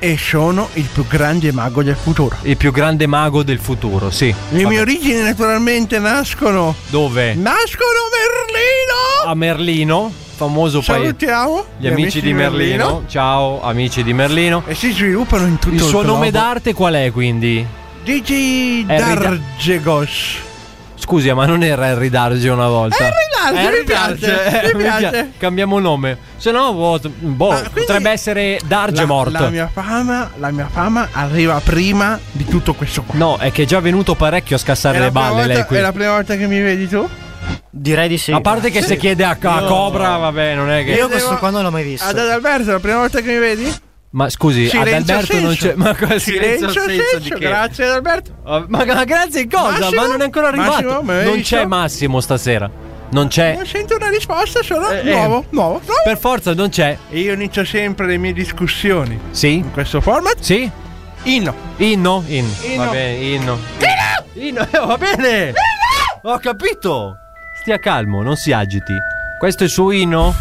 Speaker 8: e sono il più grande mago del futuro.
Speaker 9: Il più grande mago del futuro, sì.
Speaker 8: Le
Speaker 9: Vabbè.
Speaker 8: mie origini naturalmente nascono.
Speaker 9: Dove?
Speaker 8: Nascono Merlino!
Speaker 9: A Merlino, famoso paese.
Speaker 8: Salutiamo
Speaker 9: Gli amici di Merlino. Ciao, amici di Merlino.
Speaker 8: E si sviluppano in tutto il
Speaker 9: Il suo
Speaker 8: globo.
Speaker 9: nome d'arte qual è quindi?
Speaker 8: DJ Dargegos.
Speaker 9: Scusi, ma non era Harry Darge una volta?
Speaker 8: Darge, mi piace,
Speaker 9: Darge,
Speaker 8: mi
Speaker 9: eh,
Speaker 8: piace. Ah,
Speaker 9: Cambiamo nome. Se no, boh, t- boh, potrebbe essere Darge
Speaker 8: La-
Speaker 9: morto.
Speaker 8: La mia fama, la mia fama arriva prima di tutto questo qua.
Speaker 9: No, è che è già venuto parecchio a scassare
Speaker 8: È la
Speaker 9: le balle
Speaker 8: prima volta-
Speaker 9: lei qui.
Speaker 8: È la prima volta che mi vedi tu?
Speaker 21: Direi di sì.
Speaker 9: A parte che se chiede a, a Cobra, vabbè, non è che.
Speaker 21: Io questo qua non l'ho mai visto.
Speaker 8: Ad Alberto, è la prima volta che mi vedi?
Speaker 9: Ma scusi, ad
Speaker 8: Silenzio
Speaker 9: Alberto non c'è.
Speaker 8: assenso.
Speaker 9: Ma cosa silenzio
Speaker 8: Silenzio
Speaker 9: senso di
Speaker 8: assenso,
Speaker 9: che?
Speaker 8: Grazie ad Alberto.
Speaker 9: Ma, ma grazie in cosa?
Speaker 8: Massimo?
Speaker 9: ma non è ancora arrivato.
Speaker 8: Massimo, me
Speaker 9: non
Speaker 8: dici?
Speaker 9: c'è Massimo stasera. Non c'è.
Speaker 8: Non sento una risposta, sono
Speaker 9: Eh, eh.
Speaker 8: nuovo, nuovo.
Speaker 9: Per forza non c'è.
Speaker 8: Io inizio sempre le mie discussioni.
Speaker 9: Sì.
Speaker 8: In questo format?
Speaker 9: Sì.
Speaker 8: Inno.
Speaker 9: Inno? Inno.
Speaker 8: Inno.
Speaker 9: Va bene, inno. Inno, eh, va bene. Ho capito. Stia calmo, non si agiti. Questo è il suo inno?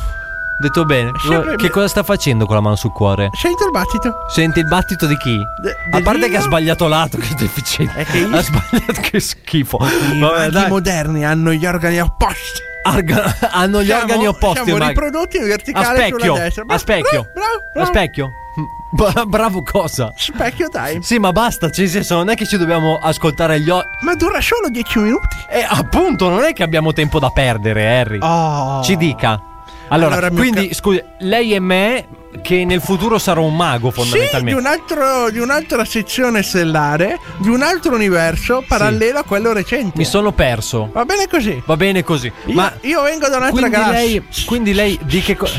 Speaker 9: Detto bene.
Speaker 8: Sempre
Speaker 9: Che
Speaker 8: mi-
Speaker 9: cosa sta facendo con la mano sul cuore?
Speaker 8: Sento il battito.
Speaker 9: Senti il battito di chi? A parte
Speaker 8: dell'inno?
Speaker 9: che ha sbagliato lato, che deficiente. Ha sbagliato, che schifo. Vabbè,
Speaker 8: I
Speaker 9: dai.
Speaker 8: moderni hanno gli organi opposti.
Speaker 9: Arga- hanno gli
Speaker 8: Siamo-
Speaker 9: organi opposti
Speaker 8: siamo
Speaker 9: ormai.
Speaker 8: riprodotti in
Speaker 9: a
Speaker 8: verticale
Speaker 9: specchio,
Speaker 8: sulla destra.
Speaker 9: a specchio,
Speaker 8: bravo,
Speaker 9: a
Speaker 8: bravo.
Speaker 9: specchio. Mm, Bra- bravo cosa?
Speaker 8: Specchio time.
Speaker 9: Sì, ma basta, cioè, nel senso, non è che ci dobbiamo ascoltare gli occhi.
Speaker 8: Ma dura solo 10 minuti.
Speaker 9: E appunto, non è che abbiamo tempo da perdere, Harry.
Speaker 8: Oh.
Speaker 9: Ci dica. Allora,
Speaker 8: Allora, mio
Speaker 9: quindi, scusi, lei e me, che nel futuro sarò un mago
Speaker 8: Sì, di,
Speaker 9: fondamentalmente.
Speaker 8: un altro- di un'altra sezione stellare, di un altro universo parallelo a quello recente.
Speaker 9: Mi sono perso.
Speaker 8: Va bene così.
Speaker 9: Va bene così. ma
Speaker 8: Io vengo da un'altra
Speaker 9: quindi
Speaker 8: galassia.
Speaker 9: lei, quindi lei di che cosa...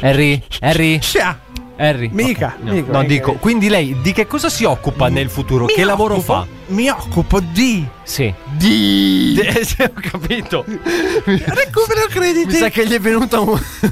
Speaker 9: Harry? Harry? Harry?
Speaker 8: Mica,
Speaker 9: ok, no,
Speaker 8: mica,
Speaker 9: no,
Speaker 8: mica,
Speaker 9: dico,
Speaker 8: mica.
Speaker 9: quindi lei di che cosa si occupa nel futuro?
Speaker 8: Mi
Speaker 9: che lavoro
Speaker 8: occupo-
Speaker 9: fa?
Speaker 8: Mi occupo di.
Speaker 9: Sì.
Speaker 8: Di.
Speaker 9: Eh, sì, ho capito.
Speaker 8: Recupero crediti.
Speaker 9: Mi sa che gli è venuto un,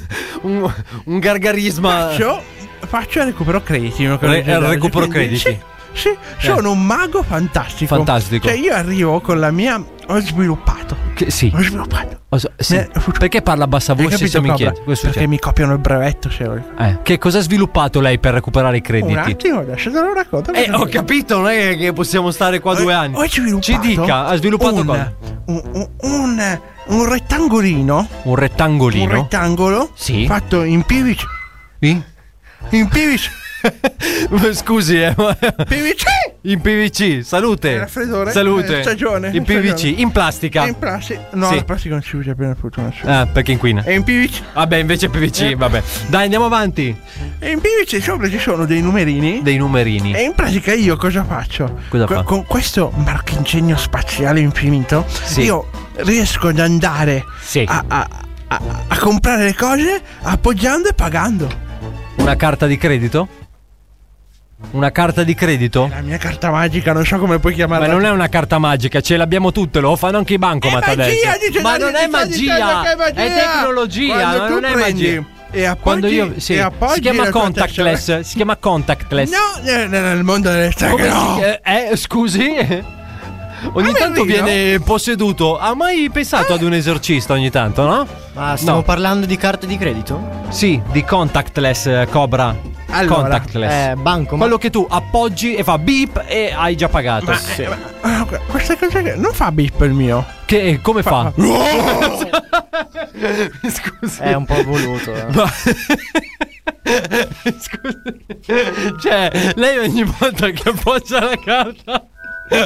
Speaker 9: un, un gargarisma.
Speaker 8: Faccio, faccio recupero crediti. mio caro
Speaker 9: Re-
Speaker 8: Giordano.
Speaker 9: recupero
Speaker 8: Quindi,
Speaker 9: crediti.
Speaker 8: Sì, sì, sono un mago fantastico.
Speaker 9: Fantastico.
Speaker 8: Cioè, io arrivo con la mia. Ho sviluppato.
Speaker 9: Che- sì.
Speaker 8: Ho sviluppato.
Speaker 9: Ho so- sì. Perché parla a bassa
Speaker 8: Eh, Hai
Speaker 9: voce se
Speaker 8: capito,
Speaker 9: mi
Speaker 8: Cobra?
Speaker 9: chiede? Cosa
Speaker 8: Perché
Speaker 9: succede?
Speaker 8: mi copiano il brevetto, se vuoi.
Speaker 9: Eh, che cosa ha sviluppato lei per recuperare i
Speaker 8: Un
Speaker 9: crediti?
Speaker 8: attimo, adesso te lo racconto.
Speaker 9: Eh, ho capito, non è che possiamo stare qua due anni.
Speaker 8: Ho sviluppato
Speaker 9: Ci dica, ha sviluppato
Speaker 8: un,
Speaker 9: cosa?
Speaker 8: un, un, un, un rettangolino.
Speaker 9: Un rettangolino.
Speaker 8: Un rettangolo
Speaker 9: Sì.
Speaker 8: fatto in PVC.
Speaker 9: In?
Speaker 8: In PVC.
Speaker 9: Ma Scusi, eh, ma-
Speaker 8: PVC!
Speaker 9: in PVC, salute.
Speaker 8: Il raffreddore,
Speaker 9: Salute.
Speaker 8: eh, stagione,
Speaker 9: in
Speaker 8: stagione.
Speaker 9: PVC, in plastica.
Speaker 8: In plastica. No,
Speaker 9: Sì.
Speaker 8: la plastica non si usa per la fortuna.
Speaker 9: Ah, perché inquina.
Speaker 8: E in PVC.
Speaker 9: Vabbè, invece PVC, vabbè. Dai, andiamo avanti.
Speaker 8: Eh. E in PVC sopra ci sono dei numerini.
Speaker 9: Dei numerini.
Speaker 8: E in pratica io cosa faccio?
Speaker 9: Cosa
Speaker 8: Co-
Speaker 9: fa?
Speaker 8: Con questo marchingegno spaziale infinito, io riesco ad andare a, a- a- a comprare le cose appoggiando e pagando.
Speaker 9: Una carta di credito? Una carta di credito?
Speaker 8: La mia carta magica, non so come puoi
Speaker 9: Ma
Speaker 8: chiamarla.
Speaker 9: non è una carta magica, ce l'abbiamo tutte, lo fanno anche i bancomat
Speaker 8: magia,
Speaker 9: adesso.
Speaker 8: dice
Speaker 9: Ma
Speaker 8: Dario,
Speaker 9: non
Speaker 8: ti
Speaker 9: è
Speaker 8: sta dicendo
Speaker 9: magia,
Speaker 8: che è
Speaker 9: è
Speaker 8: magia.
Speaker 9: tecnologia,
Speaker 8: Quando
Speaker 9: ma
Speaker 8: tu
Speaker 9: non è
Speaker 8: prendi
Speaker 9: magia.
Speaker 8: e appoggi-
Speaker 9: Quando io, sì,
Speaker 8: e appoggi
Speaker 9: si chiama
Speaker 8: la tua
Speaker 9: contactless, si chiama contactless.
Speaker 8: No, eh, nel mondo delle
Speaker 9: Come
Speaker 8: streghe no. Ah,
Speaker 9: si- eh, eh, scusi? Ogni tanto
Speaker 8: Merlino?
Speaker 9: viene posseduto. Ha mai pensato ad un esorcista ogni tanto, no?
Speaker 21: Ma stiamo
Speaker 9: No.
Speaker 21: parlando di carte di credito?
Speaker 9: Sì, di contactless eh, Cobra.
Speaker 21: Allora,
Speaker 9: contactless.
Speaker 21: eh, bancomat.
Speaker 9: Quello che tu appoggi e fa beep e hai già pagato.
Speaker 17: eh,
Speaker 9: Sì.
Speaker 8: Ah, que- Questa cosa che non fa bip il mio.
Speaker 9: Che come fa?
Speaker 8: Oh. Scusi.
Speaker 21: È un po' voluto. eh.
Speaker 9: Ma- Scusi. Cioè, lei ogni volta che appoggia la carta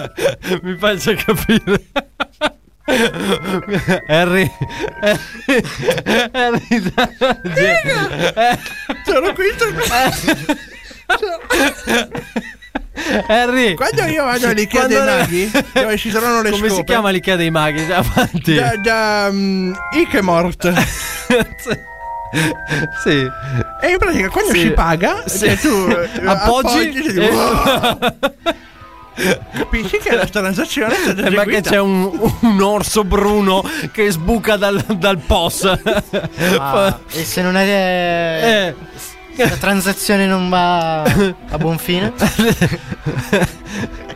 Speaker 9: mi faccia capire. Harry, Harry, Harry Darge.
Speaker 8: Sono qui
Speaker 9: Harry,
Speaker 8: Quando io vado all'Ikea dei
Speaker 9: Quando-
Speaker 8: maghi, dove ci sono le
Speaker 9: come si
Speaker 8: scope,
Speaker 9: chiama l'Ikea dei maghi? Avanti.
Speaker 8: Da, da mm, Ikemort.
Speaker 9: Sì.
Speaker 8: E in pratica quando
Speaker 9: Sì.
Speaker 8: si paga, cioè
Speaker 9: Sì.
Speaker 8: eh, tu eh,
Speaker 9: Appoggi
Speaker 8: appoggi,
Speaker 9: e-
Speaker 8: e...
Speaker 17: Capisci che la transazione è stata
Speaker 9: Eh, Ma che
Speaker 17: eseguita.
Speaker 9: c'è un, un orso bruno che sbuca dal, dal POS.
Speaker 10: Ah, e se non
Speaker 9: Eh.
Speaker 10: è. se la transazione non va a buon fine.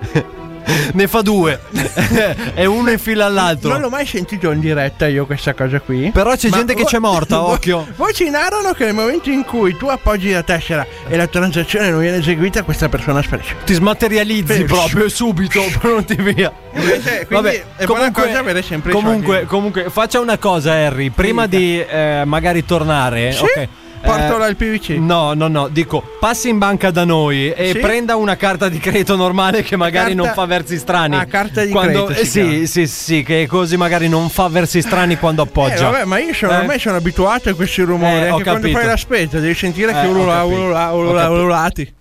Speaker 9: ne fa due. e uno in fila all'altro.
Speaker 17: Non l'ho mai sentito in diretta io questa cosa qui.
Speaker 9: Però c'è gente che c'è morta, occhio.
Speaker 17: Poi ci narrano che nel momento in cui tu appoggi la tessera e la transazione non viene eseguita, questa persona sparisce.
Speaker 9: Ti smaterializzi proprio subito, pronti via.
Speaker 17: Invece, quindi è buona cosa avere sempre i
Speaker 9: comunque, comunque, faccia una cosa, Harry. Prima di eh, magari tornare,
Speaker 17: Sì?
Speaker 9: ok.
Speaker 17: Portala
Speaker 9: al PVC. No, no, no, dico, passi in banca da noi e
Speaker 17: Sì?
Speaker 9: prenda una carta di credito normale che magari
Speaker 17: Carta-
Speaker 9: non fa versi strani.
Speaker 17: Ah, carta di
Speaker 9: Quando-
Speaker 17: credito
Speaker 9: eh,
Speaker 17: si chiama.
Speaker 9: sì, sì, sì, che così magari non fa versi strani quando appoggia.
Speaker 17: Eh, vabbè, ma io sono,
Speaker 9: Eh?
Speaker 17: ormai sono abituato a questi rumori.
Speaker 9: Eh, ho
Speaker 17: anche quando
Speaker 9: capito.
Speaker 17: fai la spesa, devi sentire
Speaker 9: Eh,
Speaker 17: che
Speaker 9: ho
Speaker 17: ulula,
Speaker 9: capito.
Speaker 17: ulula,
Speaker 9: Ho
Speaker 17: ulula,
Speaker 9: capito.
Speaker 17: ululati.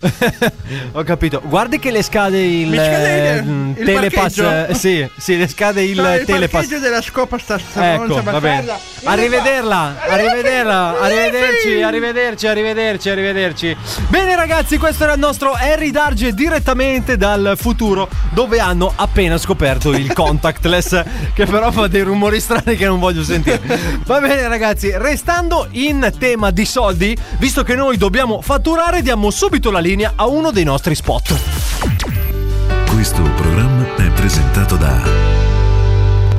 Speaker 9: Ho capito. Guardi che le scade il,
Speaker 17: Mi scade il-
Speaker 9: mm,
Speaker 17: il
Speaker 9: telepass.
Speaker 17: parcheggio.
Speaker 9: eh, Sì, sì, le scade il
Speaker 17: Sai, il
Speaker 9: telepass.
Speaker 17: parcheggio della scopa sta sta
Speaker 9: Ecco,
Speaker 17: stronza
Speaker 9: va bene.
Speaker 17: bastarda.
Speaker 9: Arrivederla, arrivederla, arrivederci, arrivederci, arrivederci, arrivederci. Bene ragazzi, questo era il nostro Harry Darge direttamente dal futuro dove hanno appena scoperto il contactless che però fa dei rumori strani che non voglio sentire. Va bene ragazzi, restando in tema di soldi, visto che noi dobbiamo fatturare, diamo subito la linea a uno dei nostri spot.
Speaker 14: Questo programma è presentato da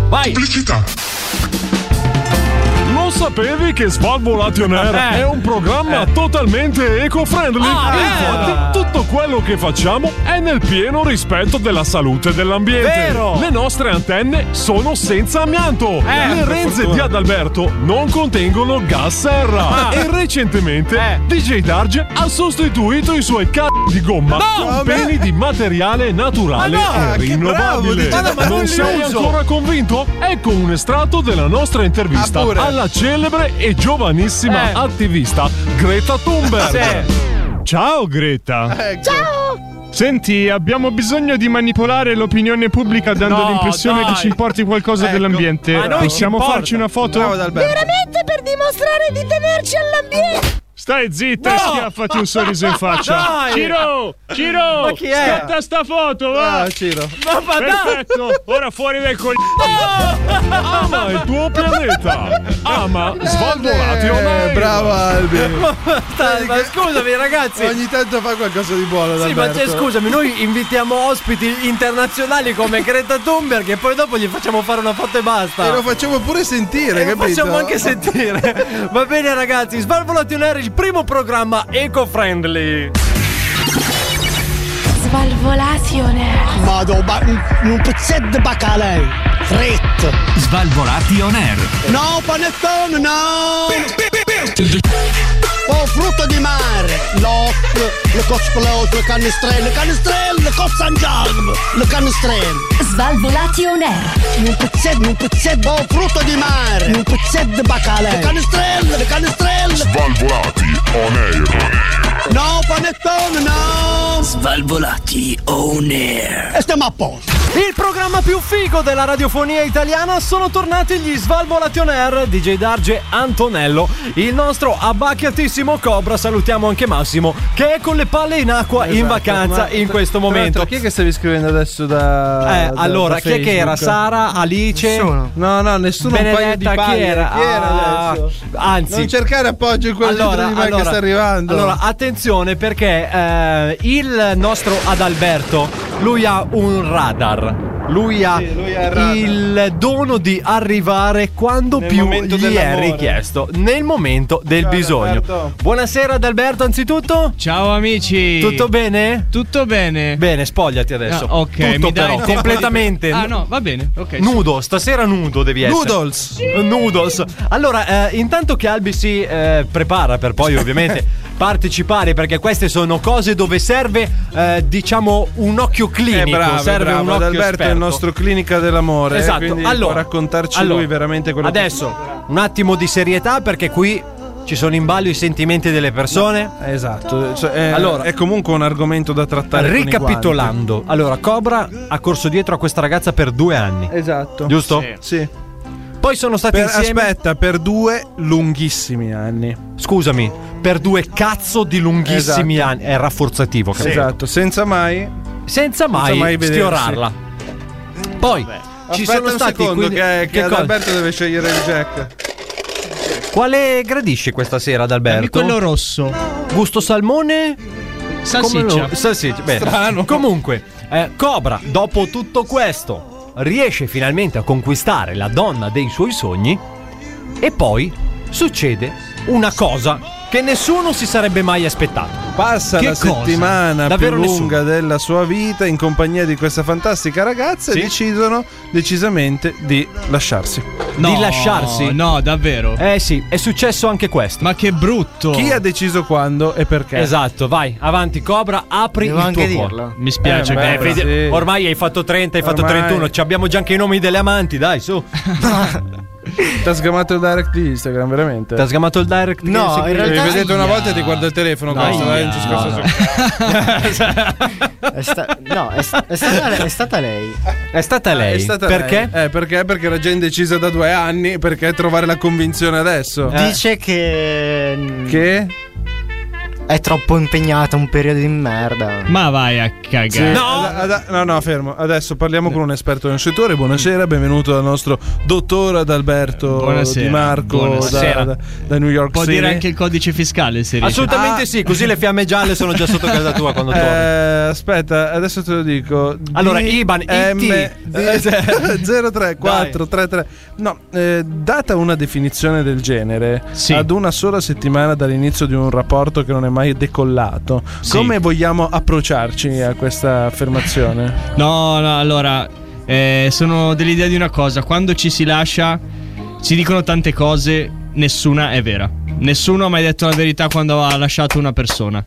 Speaker 9: Vai!
Speaker 14: Pubblicità.
Speaker 13: Lo sapevi che Svalvolati On Air
Speaker 14: Eh.
Speaker 13: è un programma totalmente eco-friendly?
Speaker 14: Ah,
Speaker 13: Infatti, tutto quello che facciamo è nel pieno rispetto della salute dell'ambiente.
Speaker 14: Vero. Eh,
Speaker 13: Le nostre antenne sono senza amianto. Le
Speaker 14: per
Speaker 13: renze
Speaker 14: fortuna.
Speaker 13: di Adalberto non contengono gas serra.
Speaker 14: Ah. Eh.
Speaker 13: E recentemente DJ Darge ha sostituito i suoi c***i di gomma
Speaker 14: No,
Speaker 13: con peni di materiale naturale
Speaker 14: Ma no,
Speaker 13: e
Speaker 14: che bravo,
Speaker 13: rinnovabile.
Speaker 14: DJ Darge. Ma non
Speaker 13: non
Speaker 14: li
Speaker 13: sei
Speaker 14: uso.
Speaker 13: ancora convinto? Ecco un estratto della nostra intervista
Speaker 14: Ah, pure.
Speaker 13: alla celebre e giovanissima
Speaker 14: Eh.
Speaker 13: attivista Greta Thunberg. Ciao
Speaker 15: Eh.
Speaker 13: Greta.
Speaker 8: Ecco.
Speaker 18: Ciao!
Speaker 15: Senti, abbiamo bisogno di manipolare l'opinione pubblica dando
Speaker 18: No,
Speaker 15: l'impressione
Speaker 18: dai.
Speaker 15: che ci importi qualcosa
Speaker 18: Ecco.
Speaker 15: dell'ambiente.
Speaker 18: A noi ci
Speaker 15: Possiamo
Speaker 18: importa.
Speaker 15: farci una foto?
Speaker 18: Veramente per dimostrare di tenerci all'ambiente!
Speaker 15: Stai zitta
Speaker 18: No!
Speaker 15: e schiaffati un sorriso in faccia.
Speaker 18: Dai!
Speaker 15: Ciro! Ciro!
Speaker 18: Ma chi è?
Speaker 15: Scatta sta foto, va!
Speaker 18: Ah, Ciro.
Speaker 15: Ma
Speaker 18: va dai!
Speaker 15: Perfetto! Ora fuori dai coglioni! Ama il tuo pianeta! Ama
Speaker 18: Eh,
Speaker 15: svalvolati o
Speaker 8: Eh, bravo Albi.
Speaker 9: Dai, Eh, ma scusami ragazzi.
Speaker 8: Ogni tanto fa qualcosa di buono.
Speaker 9: Sì, ma cioè, scusami, noi invitiamo ospiti internazionali come Greta Thunberg e poi dopo gli facciamo fare una foto e basta.
Speaker 8: E lo facciamo pure sentire,
Speaker 9: E lo
Speaker 8: capito?
Speaker 9: facciamo Eh, anche sentire. Va bene ragazzi, Svalvolati on Air, il primo programma eco-friendly.
Speaker 22: Svalvolazione. Vado ba- un, un pezzetto di bacalei. Fritto.
Speaker 7: Svalvolati on air.
Speaker 22: No, panettone, no! Oh, frutto di mare! L'oc, le cosplot, le canestrelle, le canestrelle, le cozangialm, le canestrelle! Svalvolati on air! Un pezzetto, un pezzetto, oh, frutto di mare! Un pezzetto di bacalei! Le canestrelle, le canestrelle!
Speaker 1: Svalvolati on air.
Speaker 22: No, panettone, no! Svalvolati on air! E stiamo a posto!
Speaker 9: Il programma più figo della radiofonia italiana sono tornati gli Svalvolati on Air, DJ Darge Antonello, il nostro abbacchiatissimo Cobra, salutiamo anche Massimo che è con le palle in acqua
Speaker 8: Esatto,
Speaker 17: Esatto,
Speaker 9: in vacanza in questo momento.
Speaker 8: Chi è che stavi scrivendo adesso da.
Speaker 9: Eh,
Speaker 8: da-
Speaker 9: allora,
Speaker 8: da
Speaker 9: chi è che
Speaker 8: Facebook?
Speaker 9: era? Sara, Alice? Nessuno.
Speaker 8: No, no, nessuno un paio di
Speaker 9: Benedetta, chi
Speaker 8: palle.
Speaker 9: era?
Speaker 8: Chi era
Speaker 9: Ah,
Speaker 8: adesso?
Speaker 9: anzi.
Speaker 8: Non cercare appoggio in quello
Speaker 9: Allora,
Speaker 8: dietro di me
Speaker 9: allora,
Speaker 8: che sta arrivando.
Speaker 9: Allora, attenzione perché eh, il nostro Adalberto, lui ha un radar. Lui ha, il dono di arrivare quando più
Speaker 8: momento
Speaker 9: gli è
Speaker 8: dell'amore.
Speaker 9: richiesto, nel momento del bisogno.
Speaker 8: Adalberto.
Speaker 9: Buonasera Adalberto, anzitutto. Ciao amici. Tutto bene? Tutto bene. Bene, spogliati adesso.
Speaker 16: Ah, ok,
Speaker 9: Tutto
Speaker 16: mi dai
Speaker 9: però,
Speaker 16: no,
Speaker 9: completamente.
Speaker 16: Ah, no, va bene. Ok.
Speaker 9: Nudo, stasera nudo devi essere. Eh,
Speaker 8: Noodles.
Speaker 9: Noodles. Allora, eh, intanto che Albi si eh, prepara per poi ovviamente partecipare perché queste sono cose dove serve eh, diciamo un occhio clinico,
Speaker 8: Eh, bravo,
Speaker 9: serve
Speaker 8: bravo.
Speaker 9: un occhio
Speaker 8: Adalberto è
Speaker 9: esperto.
Speaker 8: il nostro clinica dell'amore. eh,
Speaker 9: Esatto.
Speaker 8: quindi
Speaker 9: allora,
Speaker 8: può raccontarci
Speaker 9: allora,
Speaker 8: lui veramente quello
Speaker 9: Adesso un attimo di serietà perché qui ci sono in ballo i sentimenti delle persone.
Speaker 8: esatto. Cioè, è,
Speaker 9: Allora.
Speaker 8: è comunque un argomento da trattare. con i
Speaker 9: Ricapitolando, allora Cobra ha corso dietro a questa ragazza per due anni.
Speaker 8: guanti. Esatto.
Speaker 9: Giusto?
Speaker 8: Sì.
Speaker 9: Poi sono stati
Speaker 8: Per-
Speaker 9: insieme.
Speaker 8: Aspetta, per due lunghissimi anni.
Speaker 9: Scusami, per due cazzo di lunghissimi
Speaker 8: Esatto.
Speaker 9: anni. È rafforzativo, capito?
Speaker 8: Esatto, senza mai.
Speaker 9: senza mai,
Speaker 8: vedersi.
Speaker 9: sfiorarla. Poi ci
Speaker 8: Aspetta
Speaker 9: sono
Speaker 8: un
Speaker 9: stati
Speaker 8: secondo
Speaker 9: quindi-
Speaker 8: che, che,
Speaker 9: che cosa?
Speaker 8: Alberto deve scegliere il jack.
Speaker 9: Quale gradisci questa sera ad Alberto?
Speaker 16: quello rosso.
Speaker 9: Gusto salmone?
Speaker 16: Salsiccia.
Speaker 9: Come lo- Salsiccia, bene.
Speaker 16: Strano.
Speaker 9: Comunque, eh, Cobra, dopo tutto questo, riesce finalmente a conquistare la donna dei suoi sogni e poi succede una cosa che nessuno si sarebbe mai aspettato.
Speaker 8: Passa
Speaker 9: Che
Speaker 8: la
Speaker 9: cosa?
Speaker 8: settimana
Speaker 9: Davvero
Speaker 8: più
Speaker 9: nessuno.
Speaker 8: lunga della sua vita in compagnia di questa fantastica ragazza e
Speaker 9: Sì.
Speaker 8: decidono decisamente di lasciarsi.
Speaker 9: di lasciarsi.
Speaker 16: No, davvero.
Speaker 9: Eh sì, è successo anche questo.
Speaker 16: Ma che brutto.
Speaker 8: Chi ha deciso quando e perché?
Speaker 9: Esatto, vai, avanti Cobra, apri
Speaker 16: Devo
Speaker 9: il
Speaker 16: anche
Speaker 9: tuo
Speaker 16: dirlo.
Speaker 9: cuore.
Speaker 16: Mi spiace,
Speaker 9: Eh, beh,
Speaker 16: Cobra.
Speaker 9: vedi-
Speaker 16: Sì.
Speaker 9: Ormai hai fatto 30, hai fatto
Speaker 8: Ormai.
Speaker 9: 31, ci abbiamo già anche i nomi delle amanti, dai, su.
Speaker 8: Ti ha sgamato il direct di Instagram, veramente?
Speaker 9: Ti ha sgamato il direct
Speaker 8: di Instagram?
Speaker 10: No, in realtà-
Speaker 8: vedete una
Speaker 10: Aia.
Speaker 8: volta e ti guardo il telefono.
Speaker 10: No,
Speaker 8: questo, dai,
Speaker 10: aia,
Speaker 8: non ci scherzo
Speaker 10: no,
Speaker 8: su.
Speaker 10: È Eh, sta- no, è, è stata, è stata lei.
Speaker 9: È stata lei.
Speaker 8: Ah, È stata
Speaker 9: Perché?
Speaker 8: lei. Eh, perché? Perché era già indecisa da due anni. Perché trovare la convinzione adesso?
Speaker 9: Eh.
Speaker 10: Dice che. mm,
Speaker 8: Che?
Speaker 10: È troppo impegnata, un periodo di merda.
Speaker 16: Ma vai a
Speaker 8: Sì,
Speaker 16: cagare.
Speaker 8: ad- ad- no, no, fermo. Adesso parliamo con un esperto del settore. Buonasera, benvenuto al nostro dottor Adalberto
Speaker 16: Buonasera,
Speaker 8: Di Marco
Speaker 16: buonasera.
Speaker 8: da, da- da New York
Speaker 16: Può
Speaker 8: City.
Speaker 16: dire anche il codice fiscale se Ah. riesce.
Speaker 9: Assolutamente sì, così le fiamme gialle sono già sotto casa tua quando
Speaker 8: Eh,
Speaker 9: torni.
Speaker 8: aspetta, adesso te lo dico.
Speaker 9: Allora, IBAN, IT.
Speaker 8: 03433. No, eh, data una definizione del genere, ad una sola settimana dall'inizio di un rapporto che non è mai decollato, come vogliamo approcciarci a questa affermazione?
Speaker 16: No, no, allora, eh, sono dell'idea di una cosa. Quando ci si lascia, si dicono tante cose, nessuna è vera. Nessuno ha mai detto la verità quando ha lasciato una persona.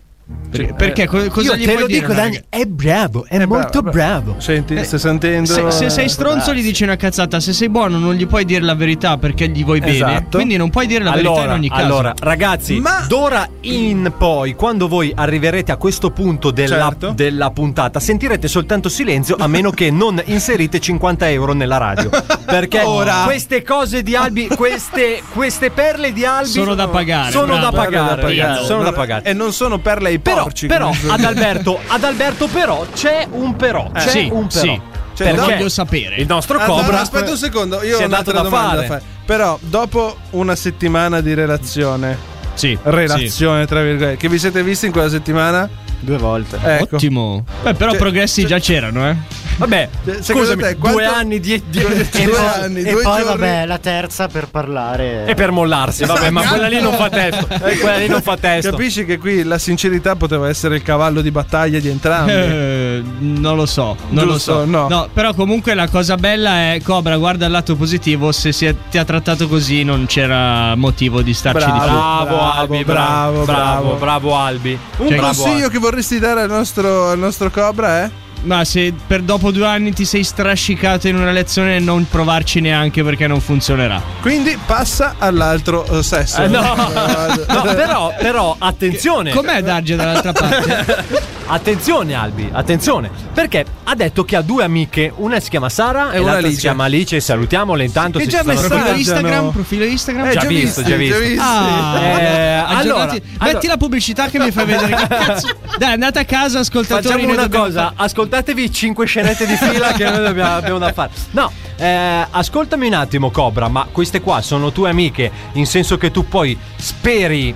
Speaker 9: Cioè,
Speaker 16: Per- perché? Co- cosa
Speaker 9: Io
Speaker 16: gli
Speaker 9: te
Speaker 16: puoi
Speaker 9: lo
Speaker 16: dire,
Speaker 9: dico,
Speaker 16: raga?
Speaker 9: Dani, è bravo, è,
Speaker 16: È
Speaker 9: molto
Speaker 16: bravo,
Speaker 9: bravo.
Speaker 8: Senti,
Speaker 16: Eh,
Speaker 8: stai sentendo?
Speaker 16: Se, se sei
Speaker 8: Eh,
Speaker 16: stronzo gli dici una cazzata, se sei buono non gli puoi dire la verità perché gli vuoi bene.
Speaker 9: Esatto.
Speaker 16: Quindi non puoi dire la verità in ogni caso.
Speaker 9: Allora, ragazzi, d'ora in poi, quando voi arriverete a questo punto della,
Speaker 16: Certo.
Speaker 9: della puntata, sentirete soltanto silenzio a meno che non inserite 50 euro nella radio. Perché
Speaker 16: Ora.
Speaker 9: queste cose di Albi, queste, queste perle di Albi
Speaker 16: Sono da pagare,
Speaker 9: Sono da
Speaker 16: bravo.
Speaker 9: pagare,
Speaker 16: Perle da pagare.
Speaker 9: sono da pagare.
Speaker 8: E non sono perle ai
Speaker 9: Però,
Speaker 8: porci.
Speaker 9: però
Speaker 8: come-
Speaker 9: ad, Alberto, ad Alberto, però, c'è un però.
Speaker 8: Eh,
Speaker 9: C'è
Speaker 8: sì,
Speaker 9: un però.
Speaker 8: sì. Cioè,
Speaker 9: Perché
Speaker 8: voglio
Speaker 16: sapere.
Speaker 9: Il nostro
Speaker 8: Ah, no,
Speaker 9: Cobra.
Speaker 8: aspetta un secondo, io
Speaker 9: si
Speaker 8: ho
Speaker 9: è
Speaker 8: un'altra
Speaker 9: dato da
Speaker 8: domanda da
Speaker 9: fare.
Speaker 8: fare. Però, dopo una settimana di relazione,
Speaker 16: sì,
Speaker 8: relazione tra virgolette, che vi siete visti in quella settimana?
Speaker 10: Due volte.
Speaker 8: Ecco.
Speaker 16: Ottimo. Beh, però
Speaker 8: Cioè,
Speaker 16: progressi già c'erano, eh.
Speaker 9: Vabbè,
Speaker 8: Cioè, secondo
Speaker 9: scusami,
Speaker 8: te,
Speaker 9: due
Speaker 8: quanto-
Speaker 9: anni, die- die-
Speaker 8: Due-
Speaker 10: E
Speaker 8: due
Speaker 10: poi,
Speaker 8: anni,
Speaker 10: e
Speaker 8: due
Speaker 10: poi,
Speaker 8: giorni.
Speaker 10: vabbè, la terza per parlare.
Speaker 9: E per mollarsi, vabbè, ma
Speaker 8: Esatto.
Speaker 9: quella lì non fa testo. Quella lì non fa testo.
Speaker 8: Capisci che qui la sincerità poteva essere il cavallo di battaglia di entrambi.
Speaker 16: Eh, non lo so, non lo
Speaker 8: Giusto,
Speaker 16: so.
Speaker 8: no.
Speaker 16: però comunque la cosa bella è Cobra, guarda il lato positivo, se si è- ti ha trattato così non c'era motivo di starci di più.
Speaker 9: Bravo, Albi, bravo,
Speaker 8: bravo,
Speaker 9: bravo,
Speaker 8: bravo.
Speaker 9: bravo Albi.
Speaker 8: Un
Speaker 16: Cioè,
Speaker 8: consiglio che vorresti dare al nostro, al nostro Cobra è?
Speaker 16: Ma se per dopo due anni ti sei strascicato in una lezione non provarci neanche perché non funzionerà.
Speaker 8: Quindi passa all'altro eh, sesso.
Speaker 16: Eh, no.
Speaker 9: No, però, però, attenzione.
Speaker 16: Com'è Darge dall'altra parte?
Speaker 9: Attenzione, Albi, attenzione. Perché ha detto che ha due amiche, una si chiama Sara e,
Speaker 8: una
Speaker 9: l'altra si
Speaker 8: Alice.
Speaker 9: chiama Alice. Salutiamole intanto.
Speaker 8: Che
Speaker 9: se
Speaker 8: già
Speaker 9: ci stanno
Speaker 8: messaggiano.
Speaker 9: ascoltando.
Speaker 16: Profilo Instagram?
Speaker 9: Eh, già visto, già visto.
Speaker 16: Ah,
Speaker 9: Eh, allora,
Speaker 16: aggiornati. metti
Speaker 9: allora-
Speaker 16: la pubblicità che mi fai vedere. Che cazzo? Dai, andate a casa, ascoltatori.
Speaker 9: Facciamo
Speaker 16: noi
Speaker 9: una
Speaker 16: dobbiamo
Speaker 9: cosa, ascoltatevi cinque scenette di fila che noi dobbiamo- abbiamo da fare. No, eh, ascoltami un attimo, Cobra, ma queste qua sono tue amiche, in senso che tu poi speri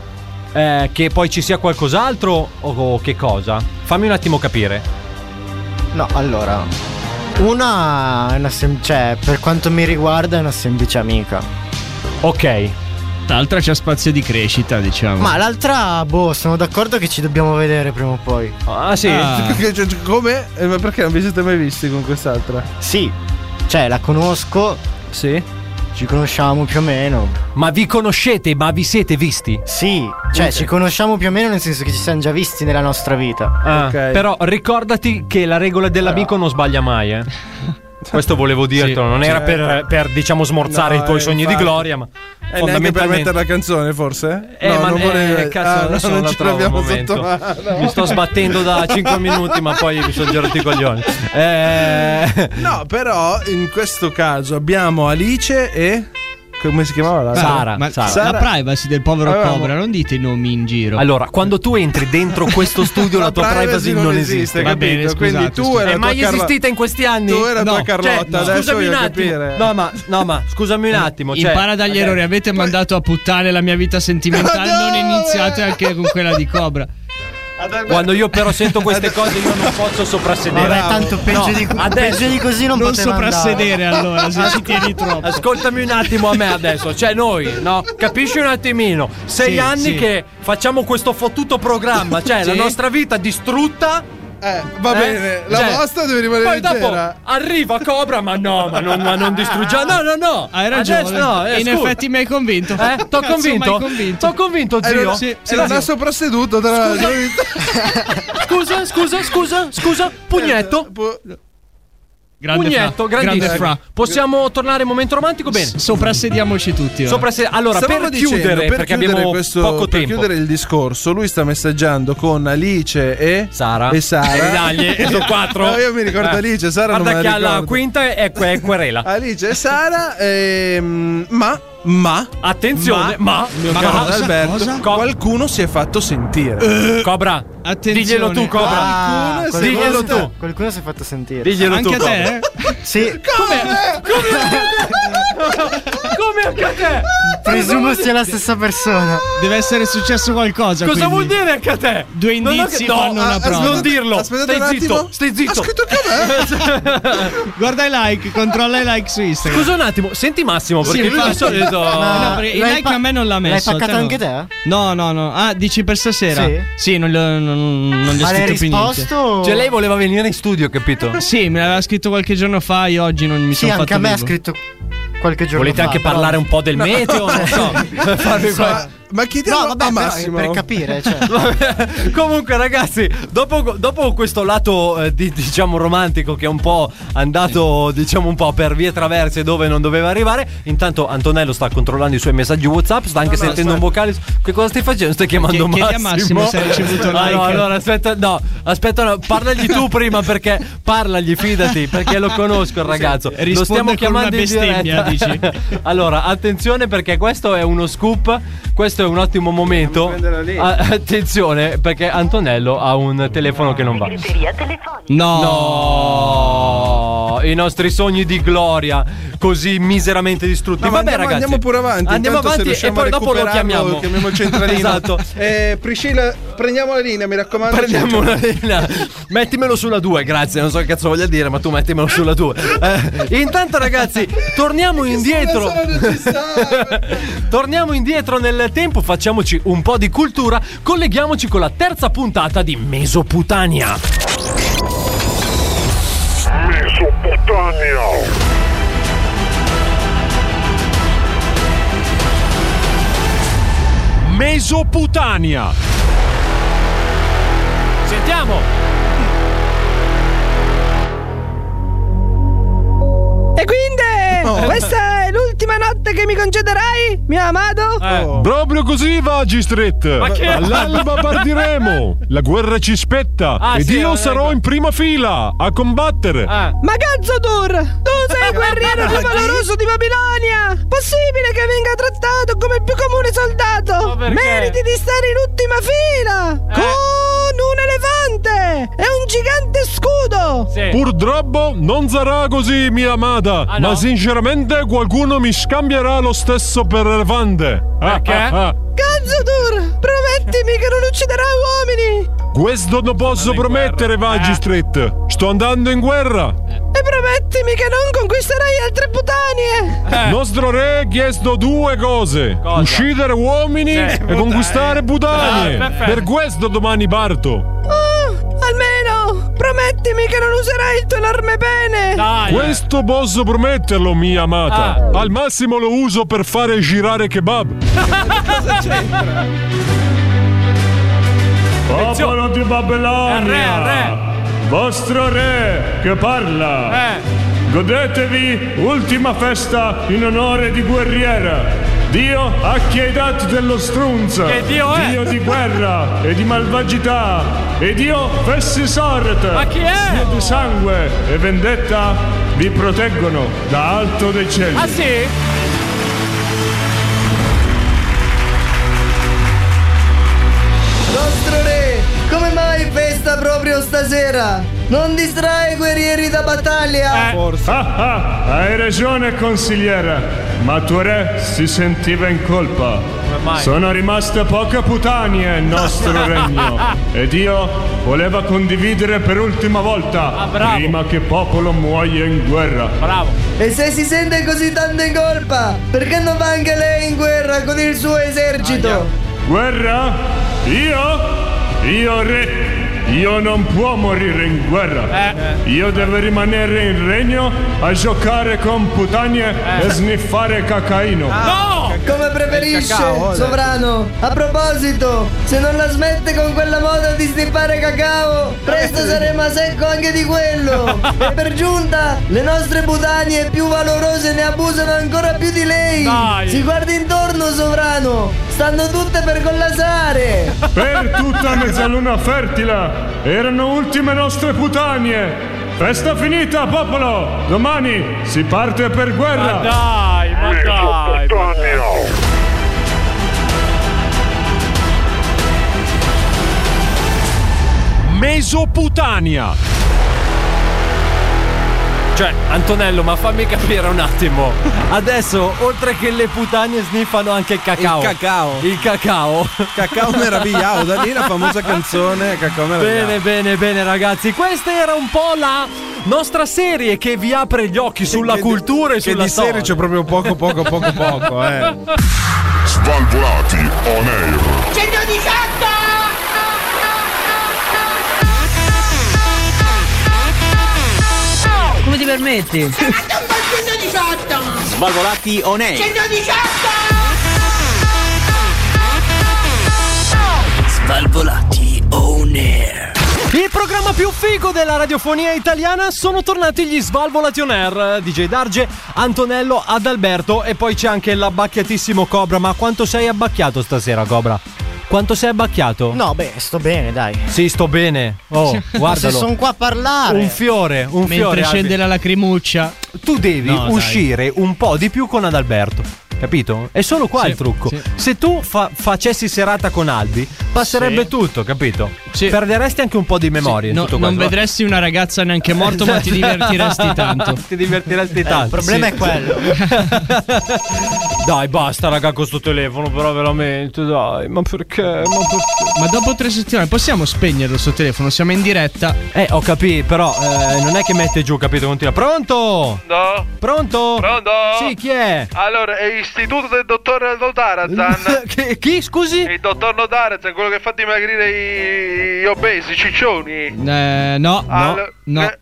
Speaker 9: eh, che poi ci sia qualcos'altro o, o che cosa? Fammi un attimo capire.
Speaker 10: No, allora. Una. è una sem- cioè, per quanto mi riguarda, è una semplice amica.
Speaker 9: Ok.
Speaker 16: L'altra c'è spazio di crescita, diciamo.
Speaker 10: Ma l'altra, boh, sono d'accordo che ci dobbiamo vedere prima o poi.
Speaker 9: Ah, sì.
Speaker 8: Che- cioè, Come? Eh, ma perché non vi siete mai visti con quest'altra?
Speaker 10: Sì, cioè, la conosco.
Speaker 9: Sì.
Speaker 10: Ci conosciamo più o meno.
Speaker 9: Ma vi conoscete, ma vi siete visti?
Speaker 10: Sì, cioè, ci conosciamo più o meno nel senso che ci siamo già visti nella nostra vita.
Speaker 9: Ah,
Speaker 10: Ok.
Speaker 9: Però ricordati che la regola dell'amico non sbaglia mai, eh. Questo volevo dirtelo, non era
Speaker 8: Sì.
Speaker 9: per, per, diciamo smorzare
Speaker 8: Cioè, eh, No,
Speaker 9: i tuoi
Speaker 8: eh,
Speaker 9: sogni
Speaker 8: infatti.
Speaker 9: di gloria, ma
Speaker 8: E neanche per mettere la canzone, forse?
Speaker 9: Eh, ma eh,
Speaker 8: volevi-
Speaker 9: cazzo,
Speaker 8: Ah, no,
Speaker 9: adesso
Speaker 8: non
Speaker 9: la
Speaker 8: ci
Speaker 9: trovo
Speaker 8: troviamo
Speaker 9: un momento.
Speaker 8: sotto mano.
Speaker 9: Mi sto sbattendo da 5 minuti, ma poi mi sono girato i coglioni. Eh,
Speaker 8: No, però in questo caso abbiamo Alice e Come si chiamava la
Speaker 9: Sara,
Speaker 16: Ma
Speaker 9: Sara.
Speaker 16: la privacy del povero
Speaker 9: Avevamo-
Speaker 16: Cobra, non dite i nomi in giro.
Speaker 9: Allora, quando tu entri dentro questo studio, la, tua privacy, non esiste.
Speaker 16: Va bene, scusate, scusate.
Speaker 9: è mai esistita in questi anni?
Speaker 16: Tu e la
Speaker 9: no.
Speaker 16: tua Carlotta,
Speaker 9: cioè, no.
Speaker 16: adesso
Speaker 9: scusami
Speaker 16: voglio
Speaker 9: un attimo.
Speaker 16: capire. Eh,
Speaker 9: No, ma, no, ma scusami un attimo. cioè-
Speaker 16: Impara dagli
Speaker 9: Ok.
Speaker 16: errori. Avete mandato a puttane la mia vita sentimentale. non iniziate anche con quella di Cobra.
Speaker 9: Quando io però sento queste cose, io non posso soprassedere.
Speaker 16: Vabbè,
Speaker 10: tanto peggio di- peggio di così non Non poteva andare. soprassedere, allora, se ci tieni
Speaker 9: troppo. Ascoltami un attimo a me adesso, cioè noi, no? Capisci un attimino? Sei
Speaker 16: Sì,
Speaker 9: anni
Speaker 16: sì.
Speaker 9: che facciamo questo fottuto programma, cioè la
Speaker 8: Sì.
Speaker 9: nostra vita distrutta.
Speaker 8: Eh, va bene, la vostra deve rimanere
Speaker 9: Eh? Cioè, Poi
Speaker 8: intera.
Speaker 9: dopo arriva Cobra, ma no, ma non, ma non distruggiamo. No, no, no.
Speaker 16: Hai ragione.
Speaker 9: Adesso no, eh,
Speaker 16: in
Speaker 9: scusa.
Speaker 16: effetti mi hai convinto.
Speaker 9: Eh? T'ho
Speaker 16: Cazzo,
Speaker 9: convinto?
Speaker 16: m'hai convinto.
Speaker 9: T'ho convinto,
Speaker 8: Eh,
Speaker 9: zio?
Speaker 8: non-
Speaker 9: Sì,
Speaker 8: eh,
Speaker 9: sì,
Speaker 8: non
Speaker 9: sì.
Speaker 8: ha soprasseduto tra l'altro.
Speaker 9: Scusa, scusa, scusa, scusa. Pugnetto.
Speaker 16: Grande fra,
Speaker 9: Pugnetto, grandissimo.
Speaker 16: grande fra.
Speaker 9: Possiamo tornare al momento romantico? Bene.
Speaker 16: soprassediamoci tutti. eh. ora.
Speaker 9: Soprasse- allora,
Speaker 8: Stavamo
Speaker 9: per chiudere,
Speaker 8: dicendo, per
Speaker 9: perché
Speaker 8: chiudere
Speaker 9: abbiamo
Speaker 8: questo-
Speaker 9: poco
Speaker 8: per
Speaker 9: tempo.
Speaker 8: chiudere il discorso, lui sta messaggiando con Alice e
Speaker 9: Sara.
Speaker 8: E Sara.
Speaker 9: Eh, dagli, sono quattro.
Speaker 8: No, io mi ricordo
Speaker 9: Eh.
Speaker 8: Alice, Sara
Speaker 9: Guarda
Speaker 8: non me
Speaker 9: che
Speaker 8: la
Speaker 9: alla
Speaker 8: ricordo.
Speaker 9: quinta è, è querela.
Speaker 8: Alice e Sara, ehm, ma, ma,
Speaker 9: Attenzione, ma-
Speaker 8: mio
Speaker 9: ma-
Speaker 8: caro
Speaker 9: cosa-
Speaker 8: Alberto,
Speaker 9: cosa?
Speaker 8: qualcuno si è fatto sentire.
Speaker 9: Eh. Cobra, diglielo tu, Cobra.
Speaker 10: Ah,
Speaker 8: Qualcuno si è
Speaker 10: qualcuno,
Speaker 8: fatto- eh?
Speaker 10: tu. qualcuno si è fatto sentire.
Speaker 9: Diglielo tu, Cobra.
Speaker 10: Sì,
Speaker 9: Come anche a te?
Speaker 10: presumo sia la stessa persona.
Speaker 16: Deve essere successo qualcosa. quindi.
Speaker 9: Cosa vuol dire anche a te?
Speaker 16: Due
Speaker 9: Non ho
Speaker 16: indizi
Speaker 9: che- no,
Speaker 16: fanno una
Speaker 9: ah,
Speaker 16: prova.
Speaker 9: Non dirlo.
Speaker 8: Aspettate un
Speaker 9: Stai
Speaker 8: attimo.
Speaker 9: zitto. Stai zitto.
Speaker 8: Ha scritto che
Speaker 16: Guarda i like, controlla i like su Instagram.
Speaker 9: Scusa un attimo, senti Massimo
Speaker 16: Sì,
Speaker 9: perché lui
Speaker 16: infatti.
Speaker 9: di solito
Speaker 16: No, perché il
Speaker 10: l'hai
Speaker 16: like
Speaker 10: pa-
Speaker 16: a me non l'ha
Speaker 10: l'hai
Speaker 16: messo. cioè
Speaker 10: paccato
Speaker 16: no.
Speaker 10: anche te?
Speaker 16: No, no, no. Ah, dici per stasera?
Speaker 10: Sì?
Speaker 16: non, gli ho- non, non gli ho
Speaker 10: Ma l'hai
Speaker 16: scritto più niente.
Speaker 10: risposto o-
Speaker 9: Cioè lei voleva venire in studio, capito?
Speaker 16: Sì, me l'aveva scritto qualche giorno fa, io oggi non mi
Speaker 10: Sì,
Speaker 16: sono
Speaker 10: anche
Speaker 16: fatto
Speaker 10: a me ha
Speaker 16: vivo.
Speaker 10: scritto qualche giorno
Speaker 9: Volete
Speaker 10: fa,
Speaker 9: anche
Speaker 10: però-
Speaker 9: parlare un po' del
Speaker 10: No.
Speaker 9: meteo? Non so. Per farvi qualche-
Speaker 8: Ma chiediamo
Speaker 10: No, vabbè,
Speaker 8: a
Speaker 10: però è
Speaker 8: Massimo.
Speaker 10: per capire, cioè.
Speaker 9: Vabbè, Comunque, ragazzi, dopo, dopo questo lato eh, di- diciamo romantico che è un po' andato, diciamo, un po' per vie traverse dove non doveva arrivare. Intanto Antonello sta controllando i suoi messaggi WhatsApp, sta anche
Speaker 16: No, no,
Speaker 9: sentendo un vocale. Che cosa stai facendo? Stai
Speaker 16: Chiedi
Speaker 9: chiamando
Speaker 16: a
Speaker 9: Massimo?
Speaker 16: Massimo se hai ricevuto un
Speaker 9: Ah, no,
Speaker 16: like.
Speaker 9: allora aspetta, no, aspetta, no, parlagli tu prima perché parlagli, fidati, perché lo conosco il ragazzo.
Speaker 16: Sì,
Speaker 9: lo
Speaker 16: risponde
Speaker 9: stiamo
Speaker 16: con una
Speaker 9: chiamando in
Speaker 16: bestemmia,
Speaker 9: diretta. allora, attenzione perché questo è uno scoop, questo è un ottimo momento. Ah, attenzione perché Antonello ha un telefono che non va.
Speaker 16: No.
Speaker 9: No, i nostri sogni di gloria così miseramente distrutti.
Speaker 8: No, ma
Speaker 9: Vabbè,
Speaker 8: andiamo,
Speaker 9: ragazzi,
Speaker 8: andiamo pure avanti.
Speaker 9: Andiamo
Speaker 8: Intanto se
Speaker 9: avanti e
Speaker 8: riusciamo
Speaker 9: poi
Speaker 8: a
Speaker 9: dopo lo
Speaker 8: recuperarlo,
Speaker 9: chiamiamo.
Speaker 8: Chiamiamo il centralino.
Speaker 9: esatto.
Speaker 8: Eh, Priscilla, prendiamo la linea, mi raccomando.
Speaker 9: Prendiamo una linea. Mettimelo sulla 2, grazie. Non so che cazzo voglia dire, ma tu mettimelo sulla 2. intanto, ragazzi, torniamo indietro. torniamo indietro nel tempo, facciamoci un po' di cultura. Colleghiamoci con la terza puntata di Mesoputania.
Speaker 15: Mesoputania.
Speaker 9: Sentiamo.
Speaker 3: E quindi, questa è l'ultima notte che mi concederai, mio amato?
Speaker 13: Eh.
Speaker 15: Proprio così va Gistret.
Speaker 3: Eh. Ma che-
Speaker 15: All'alba partiremo. La guerra ci spetta.
Speaker 3: Ah,
Speaker 15: ed
Speaker 3: sì,
Speaker 15: io
Speaker 3: vabbè,
Speaker 15: sarò in prima fila a combattere.
Speaker 3: Ma cazzo Dur, tu sei il guerriero più valoroso di Babilonia! Possibile che venga trattato come il più comune soldato!
Speaker 23: perché?
Speaker 3: Meriti di stare in ultima fila! Con un elefante! E un gigante scudo!
Speaker 15: Purtroppo non sarà così, mia amata.
Speaker 3: Ah,
Speaker 15: Ma sinceramente qualcuno mi scambierà lo stesso per Ah, elefante. Perché?
Speaker 3: Cazzo Dur, promettimi che non ucciderà uomini!
Speaker 15: Questo non posso promettere,
Speaker 3: Eh.
Speaker 15: Magistret. Sto andando in guerra.
Speaker 3: E promettimi che non conquisterai altre putanie!
Speaker 15: Il nostro re ha chiesto due cose: uccidere uomini e conquistare Butanie.
Speaker 3: Eh, Ah, perfetto.
Speaker 15: per questo domani parto.
Speaker 3: Oh, almeno promettimi che non userai il tuo enorme pene!
Speaker 15: Questo posso prometterlo, mia amata. Al massimo lo uso per fare girare kebab.
Speaker 3: Cosa c'entra?
Speaker 24: Popolo di Babilonia, vostro re che parla.
Speaker 15: Eh.
Speaker 24: Godetevi ultima festa in onore di guerriera. Dio Achiedat dello Strunz,
Speaker 15: Che Dio è?
Speaker 24: di guerra e di malvagità, e Dio Fessisoret, Ma chi è? Dio di sangue e
Speaker 15: Ah,
Speaker 24: vendetta vi proteggono da alto dei cieli.
Speaker 9: Ah sì?
Speaker 4: Nostro re, come mai festa proprio stasera? Non distrae i guerrieri da battaglia!
Speaker 24: Forse. ah, hai ragione, consigliera. Ma tuo re si sentiva in colpa.
Speaker 4: mai?
Speaker 24: Sono rimaste poche putanie nel nostro regno. Ed io voleva condividere per ultima volta. prima che popolo muoia in guerra. Bravo.
Speaker 4: E se si sente così tanto in colpa, perché non va anche lei in guerra con il suo esercito?
Speaker 24: Guerra? Io? Io re. Io non può morire in guerra.
Speaker 21: Eh.
Speaker 24: Io devo rimanere in regno a giocare con putanie
Speaker 21: Eh.
Speaker 24: e sniffare cacaino.
Speaker 21: Ah,
Speaker 4: Come preferisce,
Speaker 24: cacao, eh.
Speaker 4: sovrano. A proposito, se non la smette con quella moda di sniffare cacao, presto
Speaker 24: Eh.
Speaker 4: saremo a secco anche di quello. e per giunta, le nostre putanie più valorose ne abusano ancora più di lei.
Speaker 24: Dai.
Speaker 4: Si guardi intorno, sovrano. Stanno tutte per collassare.
Speaker 24: Per tutta mezzaluna fertile erano ultime nostre putanie. Festa finita, popolo! Domani si parte per guerra! Eh,
Speaker 21: Ma dai, ma dai, ma dai.
Speaker 25: Mesoputania.
Speaker 9: Cioè, Antonello, ma fammi capire un attimo. Adesso, oltre che le putanie sniffano anche il cacao.
Speaker 13: Il cacao.
Speaker 9: Il cacao.
Speaker 13: Cacao meravigliao, da lì la famosa canzone Cacao meravigliao.
Speaker 9: Bene, bene, bene, ragazzi. Questa era un po' la nostra serie che vi apre gli occhi sulla cultura e
Speaker 13: che
Speaker 9: sulla
Speaker 13: di
Speaker 9: storia.
Speaker 13: serie c'è proprio poco poco poco poco, eh.
Speaker 26: Svalvolati on air.
Speaker 21: 118!
Speaker 27: Come ti permetti?
Speaker 21: 118!
Speaker 28: Svalvolati on air.
Speaker 21: 118!
Speaker 22: Svalvolati on air.
Speaker 9: Il programma più figo della radiofonia italiana sono tornati gli Svalvolati On Air, DJ Darge, Antonello, Adalberto e poi c'è anche l'abbacchiatissimo Cobra. Ma quanto sei abbacchiato stasera, Cobra? Quanto sei abbacchiato?
Speaker 10: No, beh, sto bene, dai.
Speaker 9: Sì, sto bene. Oh, guardalo.
Speaker 10: Se sono qua a parlare.
Speaker 9: Un fiore, un
Speaker 10: Mentre
Speaker 9: fiore.
Speaker 10: scende
Speaker 9: la lacrimuccia. Tu devi
Speaker 10: No, dai.
Speaker 9: uscire un po' di più con Adalberto. Capito? È solo qua
Speaker 10: Sì,
Speaker 9: il trucco.
Speaker 10: sì.
Speaker 9: Se tu fa- facessi serata con Albi, passerebbe
Speaker 16: Sì.
Speaker 9: tutto, capito?
Speaker 16: Sì.
Speaker 9: Perderesti anche un po' di
Speaker 16: Sì,
Speaker 9: memoria. in
Speaker 16: no,
Speaker 9: tutto
Speaker 16: non
Speaker 9: quanto.
Speaker 16: vedresti una ragazza neanche morto, ma ti divertiresti tanto.
Speaker 9: Esatto. ti divertiresti tanto. il
Speaker 16: problema è
Speaker 9: quello. dai, basta, raga, con sto telefono, però veramente, dai, ma perché? Ma perché?
Speaker 16: Ma dopo tre settimane possiamo spegnerlo sto telefono? Siamo in diretta.
Speaker 9: Eh, ho capito, però eh, non è che mette giù, capito? Continua. Pronto?
Speaker 8: No.
Speaker 9: Pronto? Eh.
Speaker 8: Pronto?
Speaker 9: Sì, chi è?
Speaker 8: Allora, è istituto del dottor Notarazan.
Speaker 9: Chi, chi, scusi?
Speaker 8: Il dottor Notarazan, quello che fa dimagrire i, gli obesi, i ciccioni.
Speaker 16: Eh, no, no,
Speaker 8: Allo-
Speaker 16: no.
Speaker 8: eh, eh,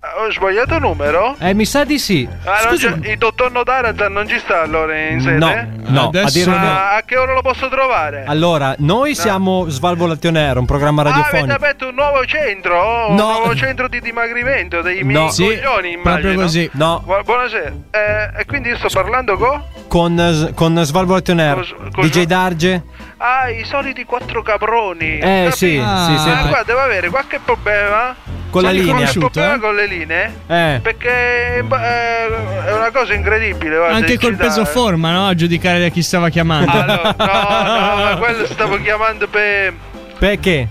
Speaker 8: ho sbagliato numero?
Speaker 9: Eh, mi sa di sì.
Speaker 8: Ah, non
Speaker 9: Scusi,
Speaker 8: c'è- il dottor Notarazan non ci sta allora in sede?
Speaker 9: No, no, a dire il vero-
Speaker 8: Ah, a che ora lo posso trovare?
Speaker 9: Allora, noi siamo Svalvolation Air, un programma
Speaker 8: Ah, avete
Speaker 9: radiofonico.
Speaker 8: aperto un nuovo centro? Oh, Un
Speaker 9: No. eh,
Speaker 8: nuovo centro di dimagrimento dei miei
Speaker 9: No. Sì,
Speaker 8: coglioni, immagino.
Speaker 9: proprio così. No.
Speaker 8: Bu- buonasera. Eh, e quindi io sto parlando con?
Speaker 9: con, eh, con Svalvolation Air, DJ Darge.
Speaker 8: Ah, i soliti quattro caproni.
Speaker 9: Eh,
Speaker 8: Capito?
Speaker 9: sì, sì,
Speaker 8: Ah,
Speaker 9: sempre.
Speaker 8: guarda, deve avere qualche problema.
Speaker 9: Con la
Speaker 8: Qualche
Speaker 9: linea.
Speaker 8: problema
Speaker 9: Eh?
Speaker 8: con le linee.
Speaker 9: Eh.
Speaker 8: Perché eh, è una cosa incredibile. guarda,
Speaker 16: Anche
Speaker 8: ci
Speaker 16: col
Speaker 8: dà-
Speaker 16: peso forma, no? A giudicare da chi stava chiamando.
Speaker 8: Allora, no, no, ma quello stavo chiamando per.
Speaker 9: Perché?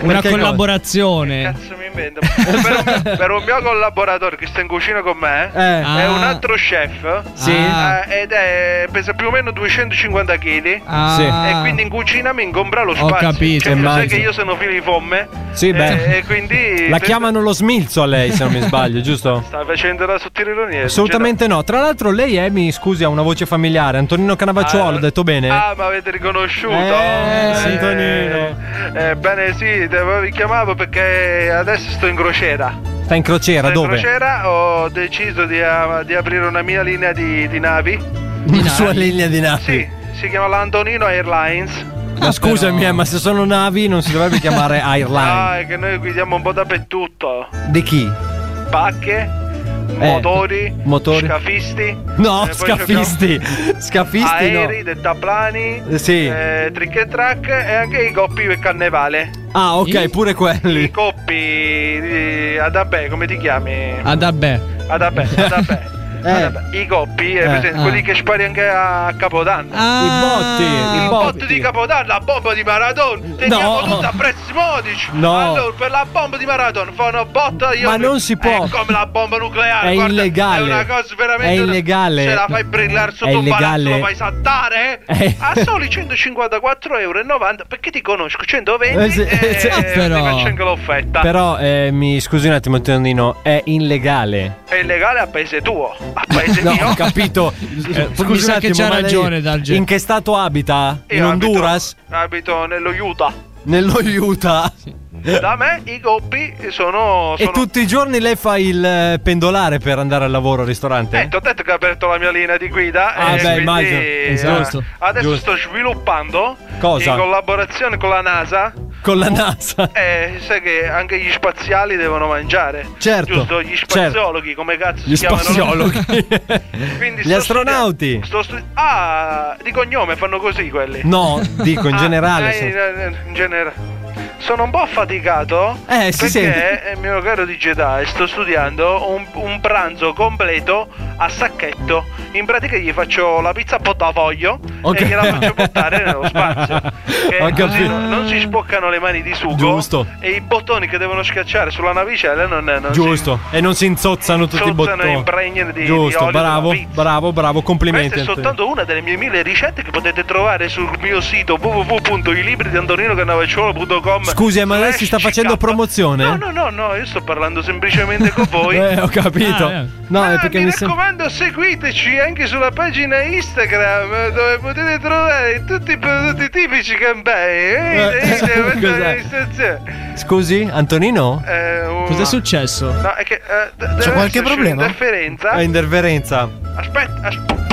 Speaker 16: Una
Speaker 8: Perché cosa?
Speaker 16: collaborazione.
Speaker 8: Cazzo mi invento. per, un, per un mio collaboratore che sta in cucina con me,
Speaker 16: Eh.
Speaker 8: è
Speaker 16: Ah.
Speaker 8: un altro chef.
Speaker 16: Sì.
Speaker 8: eh, ed è pesa più o meno 250 kg.
Speaker 16: Ah. Sì.
Speaker 8: E quindi in cucina mi ingombra lo
Speaker 9: Ho
Speaker 8: spazio.
Speaker 9: capito,
Speaker 8: Cioè, lo sai
Speaker 9: immagino.
Speaker 8: che io sono filo di fomme.
Speaker 9: Sì,
Speaker 8: e-
Speaker 9: beh.
Speaker 8: E, quindi.
Speaker 9: La
Speaker 8: te-
Speaker 9: chiamano lo smilzo a lei, se non mi sbaglio, giusto?
Speaker 8: Sta facendo la sottile ironia.
Speaker 9: Assolutamente no. Tra l'altro, lei è, mi scusi, ha una voce familiare. Antonino Canavacciuolo, ho detto bene?
Speaker 8: Ah, ma avete riconosciuto?
Speaker 9: Eh, sì,
Speaker 8: Eh, bene, sì, te- vi chiamavo perché adesso sto in crociera.
Speaker 9: Sta in
Speaker 8: Sto
Speaker 9: crociera,
Speaker 8: in
Speaker 9: dove?
Speaker 8: crociera ho deciso di, ah, di aprire una mia linea di, di navi.
Speaker 9: La sua linea di navi.
Speaker 8: Si chiama l'Antonino Airlines.
Speaker 9: Ma scusami, eh, ma se sono navi non si dovrebbe chiamare Airline.
Speaker 8: Ah, eh. è che noi guidiamo un po' dappertutto.
Speaker 9: Di chi?
Speaker 8: Pacche, motori,
Speaker 9: Eh, motori.
Speaker 8: scafisti.
Speaker 9: No,
Speaker 8: e Eh, poi
Speaker 9: scafisti.
Speaker 8: abbiamo
Speaker 9: Scafisti
Speaker 8: Aerei,
Speaker 9: no.
Speaker 8: dettaplani,
Speaker 9: Eh, sì.
Speaker 8: eh, trick e track e anche i coppi per carnevale.
Speaker 9: Ah, ok, pure
Speaker 8: I
Speaker 9: quelli.
Speaker 8: coppi di Adabè, come ti chiami?
Speaker 16: Ah, vabbè.
Speaker 8: Adabè, Adabè. Vabbè, I coppi, eh, per
Speaker 9: Eh,
Speaker 8: esempio,
Speaker 9: ah.
Speaker 8: quelli che spari anche a Capodanno.
Speaker 9: botti, i
Speaker 8: il
Speaker 9: botti.
Speaker 8: botto di Capodanno, la bomba di Maradona. Teniamo
Speaker 9: No.
Speaker 8: tutto a prezzi modici.
Speaker 9: No.
Speaker 8: Allora, per la bomba di Maradona fanno botta io.
Speaker 9: Ma non si può.
Speaker 8: È come la bomba nucleare.
Speaker 9: È
Speaker 8: guarda,
Speaker 9: illegale.
Speaker 8: È una cosa veramente.
Speaker 9: È illegale.
Speaker 8: Se la fai brillare sotto
Speaker 9: È
Speaker 8: un barattolo,
Speaker 9: illegale.
Speaker 8: lo fai saltare. eh? A soli 154,90 euro. Perché ti conosco? 120
Speaker 9: Eh, sì,
Speaker 8: e
Speaker 9: sì, però-
Speaker 8: ti faccio anche l'offerta.
Speaker 9: Però eh, mi scusi un attimo, Tonino, è illegale.
Speaker 8: È illegale a paese tuo. A paese
Speaker 9: No,
Speaker 8: mio.
Speaker 9: ho capito. Eh,
Speaker 8: sa
Speaker 9: scusi un
Speaker 8: che
Speaker 9: attimo,
Speaker 8: c'ha
Speaker 9: ma lei
Speaker 8: ragione, Darge.
Speaker 9: In che stato abita?
Speaker 8: Io
Speaker 9: in
Speaker 8: abito-
Speaker 9: Honduras?
Speaker 8: Abito nello Utah.
Speaker 9: Nello Utah.
Speaker 8: Da me i coppi sono. sono...
Speaker 9: E tutti i giorni lei fa il eh, pendolare per andare al lavoro al ristorante?
Speaker 8: Eh, ti ho detto che ho aperto la mia linea di guida.
Speaker 9: Ah,
Speaker 8: e
Speaker 9: beh,
Speaker 8: quindi,
Speaker 9: immagino.
Speaker 8: eh,
Speaker 9: Esatto.
Speaker 8: Adesso
Speaker 9: Giusto.
Speaker 8: sto sviluppando
Speaker 9: Cosa?
Speaker 8: in collaborazione con la NASA.
Speaker 9: Con la NASA.
Speaker 8: Eh, sai che anche gli spaziali devono mangiare.
Speaker 9: Certo,
Speaker 8: Giusto, gli
Speaker 9: certo.
Speaker 8: spaziologhi, come cazzo
Speaker 9: Gli
Speaker 8: si chiamano?
Speaker 9: spaziologhi.
Speaker 8: Quindi
Speaker 9: Gli
Speaker 8: sto
Speaker 9: astronauti.
Speaker 8: studi- sto studi- ah, di cognome fanno così quelli.
Speaker 9: No, dico in
Speaker 8: Ah,
Speaker 9: generale.
Speaker 8: eh, in, in generale. Sono un po' affaticato
Speaker 9: Eh, si
Speaker 8: perché,
Speaker 9: sente.
Speaker 8: eh, mio caro di Jedi, sto studiando un, un pranzo completo a sacchetto. In pratica gli faccio la pizza a portafoglio
Speaker 9: Ok.
Speaker 8: e gliela faccio portare nello spazio. Che
Speaker 9: Ho
Speaker 8: così
Speaker 9: capito.
Speaker 8: non, non si spoccano le mani di sugo
Speaker 9: Giusto.
Speaker 8: e i bottoni che devono schiacciare sulla navicella non, non
Speaker 9: Giusto, e non si inzozzano tutti i
Speaker 8: Inzozzano e
Speaker 9: bottoni.
Speaker 8: impregnano di- di
Speaker 9: Giusto,
Speaker 8: olio
Speaker 9: bravo,
Speaker 8: della
Speaker 9: bravo, bravo,
Speaker 8: si... Questa
Speaker 9: complimenti.
Speaker 8: è soltanto una delle mie mille ricette che potete trovare sul mio sito www.ilibridiantoninocanavacciolo.com
Speaker 9: Scusi, eh, ma lei si sta facendo promozione?
Speaker 8: No, no, no, no, io sto parlando semplicemente con voi.
Speaker 9: Eh, ho capito. No, è perché
Speaker 8: mi,
Speaker 9: mi sembra.
Speaker 8: raccomando, seguiteci anche sulla pagina Instagram eh, dove potete trovare tutti i prodotti tipici campani.
Speaker 9: Eh,
Speaker 8: Eh, eh,
Speaker 9: cos'è?
Speaker 8: eh,
Speaker 9: Scusi, Antonino?
Speaker 8: eh, una-
Speaker 9: Cos'è successo?
Speaker 8: No, è che eh, d- deve
Speaker 9: qualche
Speaker 8: esserci
Speaker 9: problema?
Speaker 8: Un'interferenza.
Speaker 9: È Eh, interferenza.
Speaker 8: Aspetta, aspetta.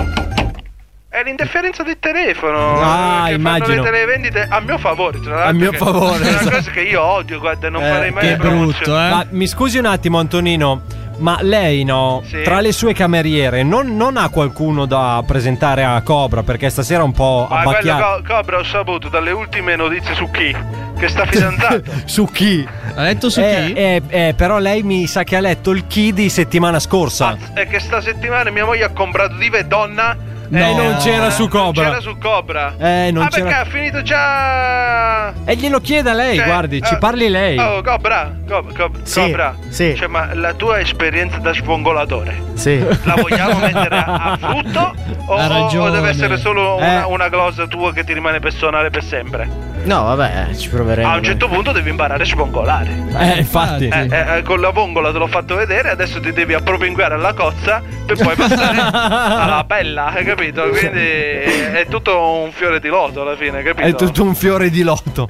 Speaker 8: È l'interferenza del telefono.
Speaker 9: Ah,
Speaker 8: che
Speaker 9: immagino.
Speaker 8: Fanno le televendite a mio favore, tra l'altro.
Speaker 9: A mio
Speaker 8: che
Speaker 9: favore, Eh,
Speaker 8: È una
Speaker 9: esatto.
Speaker 8: cosa che io odio, guarda, non farei mai le promozioni.
Speaker 9: Ma mi scusi un attimo, Antonino. Ma lei no,
Speaker 8: Sì.
Speaker 9: tra le sue cameriere non, non ha qualcuno da presentare a Cobra perché stasera è un po'
Speaker 8: Ma quello
Speaker 9: abbacchiato.
Speaker 8: co- Cobra ho saputo dalle ultime notizie su chi? Che sta fidanzato.
Speaker 9: Su chi? Ha letto su chi? Eh, eh, però lei mi sa che ha letto il chi di settimana scorsa.
Speaker 8: e che sta settimana mia moglie ha comprato diva e donna. Eh,
Speaker 9: No. E non c'era su Cobra.
Speaker 8: Non c'era su Cobra.
Speaker 9: Eh, non
Speaker 8: ah,
Speaker 9: c'era-
Speaker 8: perché ha finito già.
Speaker 9: E glielo chieda lei,
Speaker 8: Cioè,
Speaker 9: guardi, ci
Speaker 8: eh,
Speaker 9: parli lei.
Speaker 8: Oh, Cobra, Cob- Cob-
Speaker 9: Sì,
Speaker 8: Cobra. Cioè, ma la tua esperienza da sfongolatore
Speaker 10: Sì.
Speaker 8: la vogliamo mettere a, a frutto? O,
Speaker 10: Ha
Speaker 8: o- o
Speaker 10: ragione.
Speaker 8: Oh, deve essere solo una,
Speaker 10: Eh.
Speaker 8: una glosa tua che ti rimane personale per sempre?
Speaker 10: No, vabbè, eh, ci proveremo.
Speaker 8: A un certo punto devi imparare a sfongolare.
Speaker 9: Eh, infatti.
Speaker 8: Eh, eh, eh, con la vongola te l'ho fatto vedere, adesso ti devi appropinguare alla cozza per poi passare alla bella, hai capito? Quindi eh, è tutto un fiore di loto alla fine, capito?
Speaker 9: È tutto un fiore di lotto.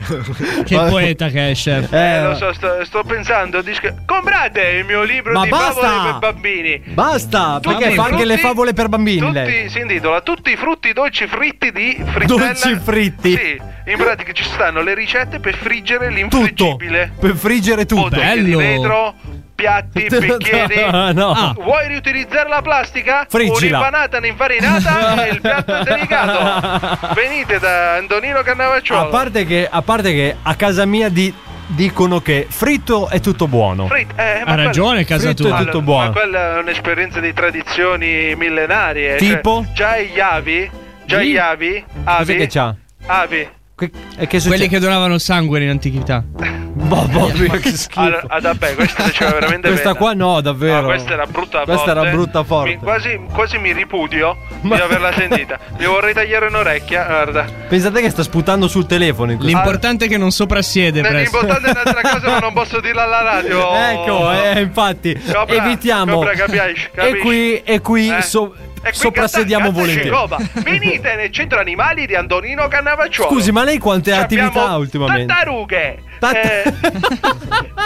Speaker 8: Che poeta
Speaker 9: che esce.
Speaker 8: Eh, lo so, sto, sto pensando, di sc- comprate il mio libro
Speaker 9: Ma
Speaker 8: di
Speaker 9: basta!
Speaker 8: favole per bambini.
Speaker 9: Basta,
Speaker 8: Tutti
Speaker 9: perché fa
Speaker 8: frutti-
Speaker 9: anche le favole per bambini lei.
Speaker 8: Tutti, si intitola Tutti i frutti dolci fritti di frittella.
Speaker 9: Dolci fritti.
Speaker 8: Sì, in pratica ci stanno le ricette per friggere l'infriggibile.
Speaker 9: Per friggere tutto.
Speaker 8: Bottiglie di vetro, piatti, bicchieri.
Speaker 9: No, no.
Speaker 8: Ah, Vuoi riutilizzare la plastica?
Speaker 9: Friggila.
Speaker 8: Un'impanata infarinata e il piatto è delicato. Venite da Antonino
Speaker 9: A
Speaker 8: Cannavacciolo.
Speaker 9: parte, che, a parte che a casa mia di- dicono che fritto è tutto buono.
Speaker 8: Fritt- eh, ma
Speaker 9: Ha ragione,
Speaker 8: quello-
Speaker 9: casa Fritto tua. è tutto
Speaker 8: Allora,
Speaker 9: buono.
Speaker 8: Ma quella è un'esperienza di tradizioni millenarie.
Speaker 9: Tipo?
Speaker 8: cioè, già gli avi, già
Speaker 16: Lì?
Speaker 8: gli avi,
Speaker 16: Cos'è
Speaker 8: avi,
Speaker 16: che c'ha?
Speaker 8: avi.
Speaker 16: Quelli che donavano sangue in antichità.
Speaker 9: Boh, che
Speaker 8: Allora, ah, vabbè, questa faceva veramente
Speaker 9: Questa
Speaker 8: bene.
Speaker 9: qua no, davvero.
Speaker 8: No, questa era brutta
Speaker 9: Questa
Speaker 8: forte.
Speaker 9: era brutta forte.
Speaker 8: Mi- quasi, quasi mi ripudio di averla sentita. Mi vorrei tagliare un'orecchia, guarda.
Speaker 9: Pensate che sta sputando sul telefono. in questo-
Speaker 16: L'importante è che non soprassiede presto.
Speaker 8: L'importante è un'altra cosa, ma non posso dirla alla radio.
Speaker 9: Ecco, eh, infatti,
Speaker 8: Cobra,
Speaker 9: evitiamo.
Speaker 8: Cobra, capisci,
Speaker 9: e
Speaker 8: capisci?
Speaker 9: qui, e qui
Speaker 8: Eh?
Speaker 9: so-
Speaker 8: E qui
Speaker 9: soprassediamo
Speaker 8: canta- cantaci
Speaker 9: volentieri.
Speaker 8: roba. Venite nel centro animali di Antonino Cannavacciuolo.
Speaker 9: Scusi, ma lei quante
Speaker 8: Ci
Speaker 9: attività
Speaker 8: abbiamo
Speaker 9: ha ultimamente?
Speaker 8: Tartarughe, eh,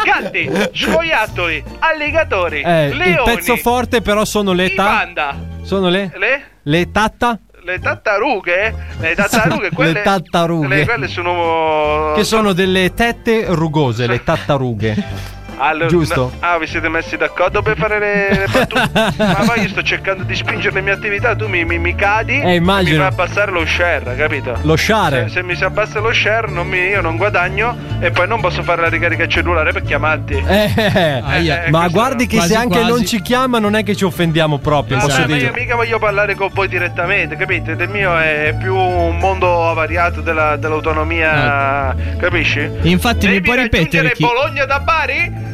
Speaker 8: gatti, scoiattoli, alligatori,
Speaker 9: Eh, il
Speaker 8: leoni,
Speaker 9: pezzo forte, però, sono le ta.
Speaker 8: panda,
Speaker 9: Sono le.
Speaker 8: le,
Speaker 9: Le tatta?
Speaker 8: le tartarughe, le tartarughe,
Speaker 9: Le
Speaker 8: quelle,
Speaker 9: tartarughe.
Speaker 8: le- quelle sono
Speaker 9: Che sono delle tette rugose, le tattarughe.
Speaker 21: Allora,
Speaker 9: Giusto?
Speaker 21: no- ah, vi siete messi d'accordo per fare le, le battute? Ma poi io sto cercando di spingere le mie attività, tu mi, mi- mi cadi
Speaker 9: Eh, immagino.
Speaker 21: mi fai abbassare lo share, capito?
Speaker 9: Lo share.
Speaker 21: Se, se mi si abbassa lo share non mi- io non guadagno e poi non posso fare la ricarica cellulare per chiamarti.
Speaker 9: Eh,
Speaker 21: Aia.
Speaker 9: ma
Speaker 21: questo
Speaker 9: guardi che
Speaker 21: ecco, quasi
Speaker 9: se anche
Speaker 21: quasi.
Speaker 9: non ci chiama non è che ci offendiamo proprio,
Speaker 21: Vabbè,
Speaker 9: posso
Speaker 21: ma io
Speaker 9: dire.
Speaker 21: mica voglio parlare con voi direttamente, capite? Il mio è più un mondo avariato della- dell'autonomia, capisci?
Speaker 16: Infatti, mi puoi ripetere
Speaker 21: Raggiungere
Speaker 16: chi.
Speaker 21: Bologna da Bari?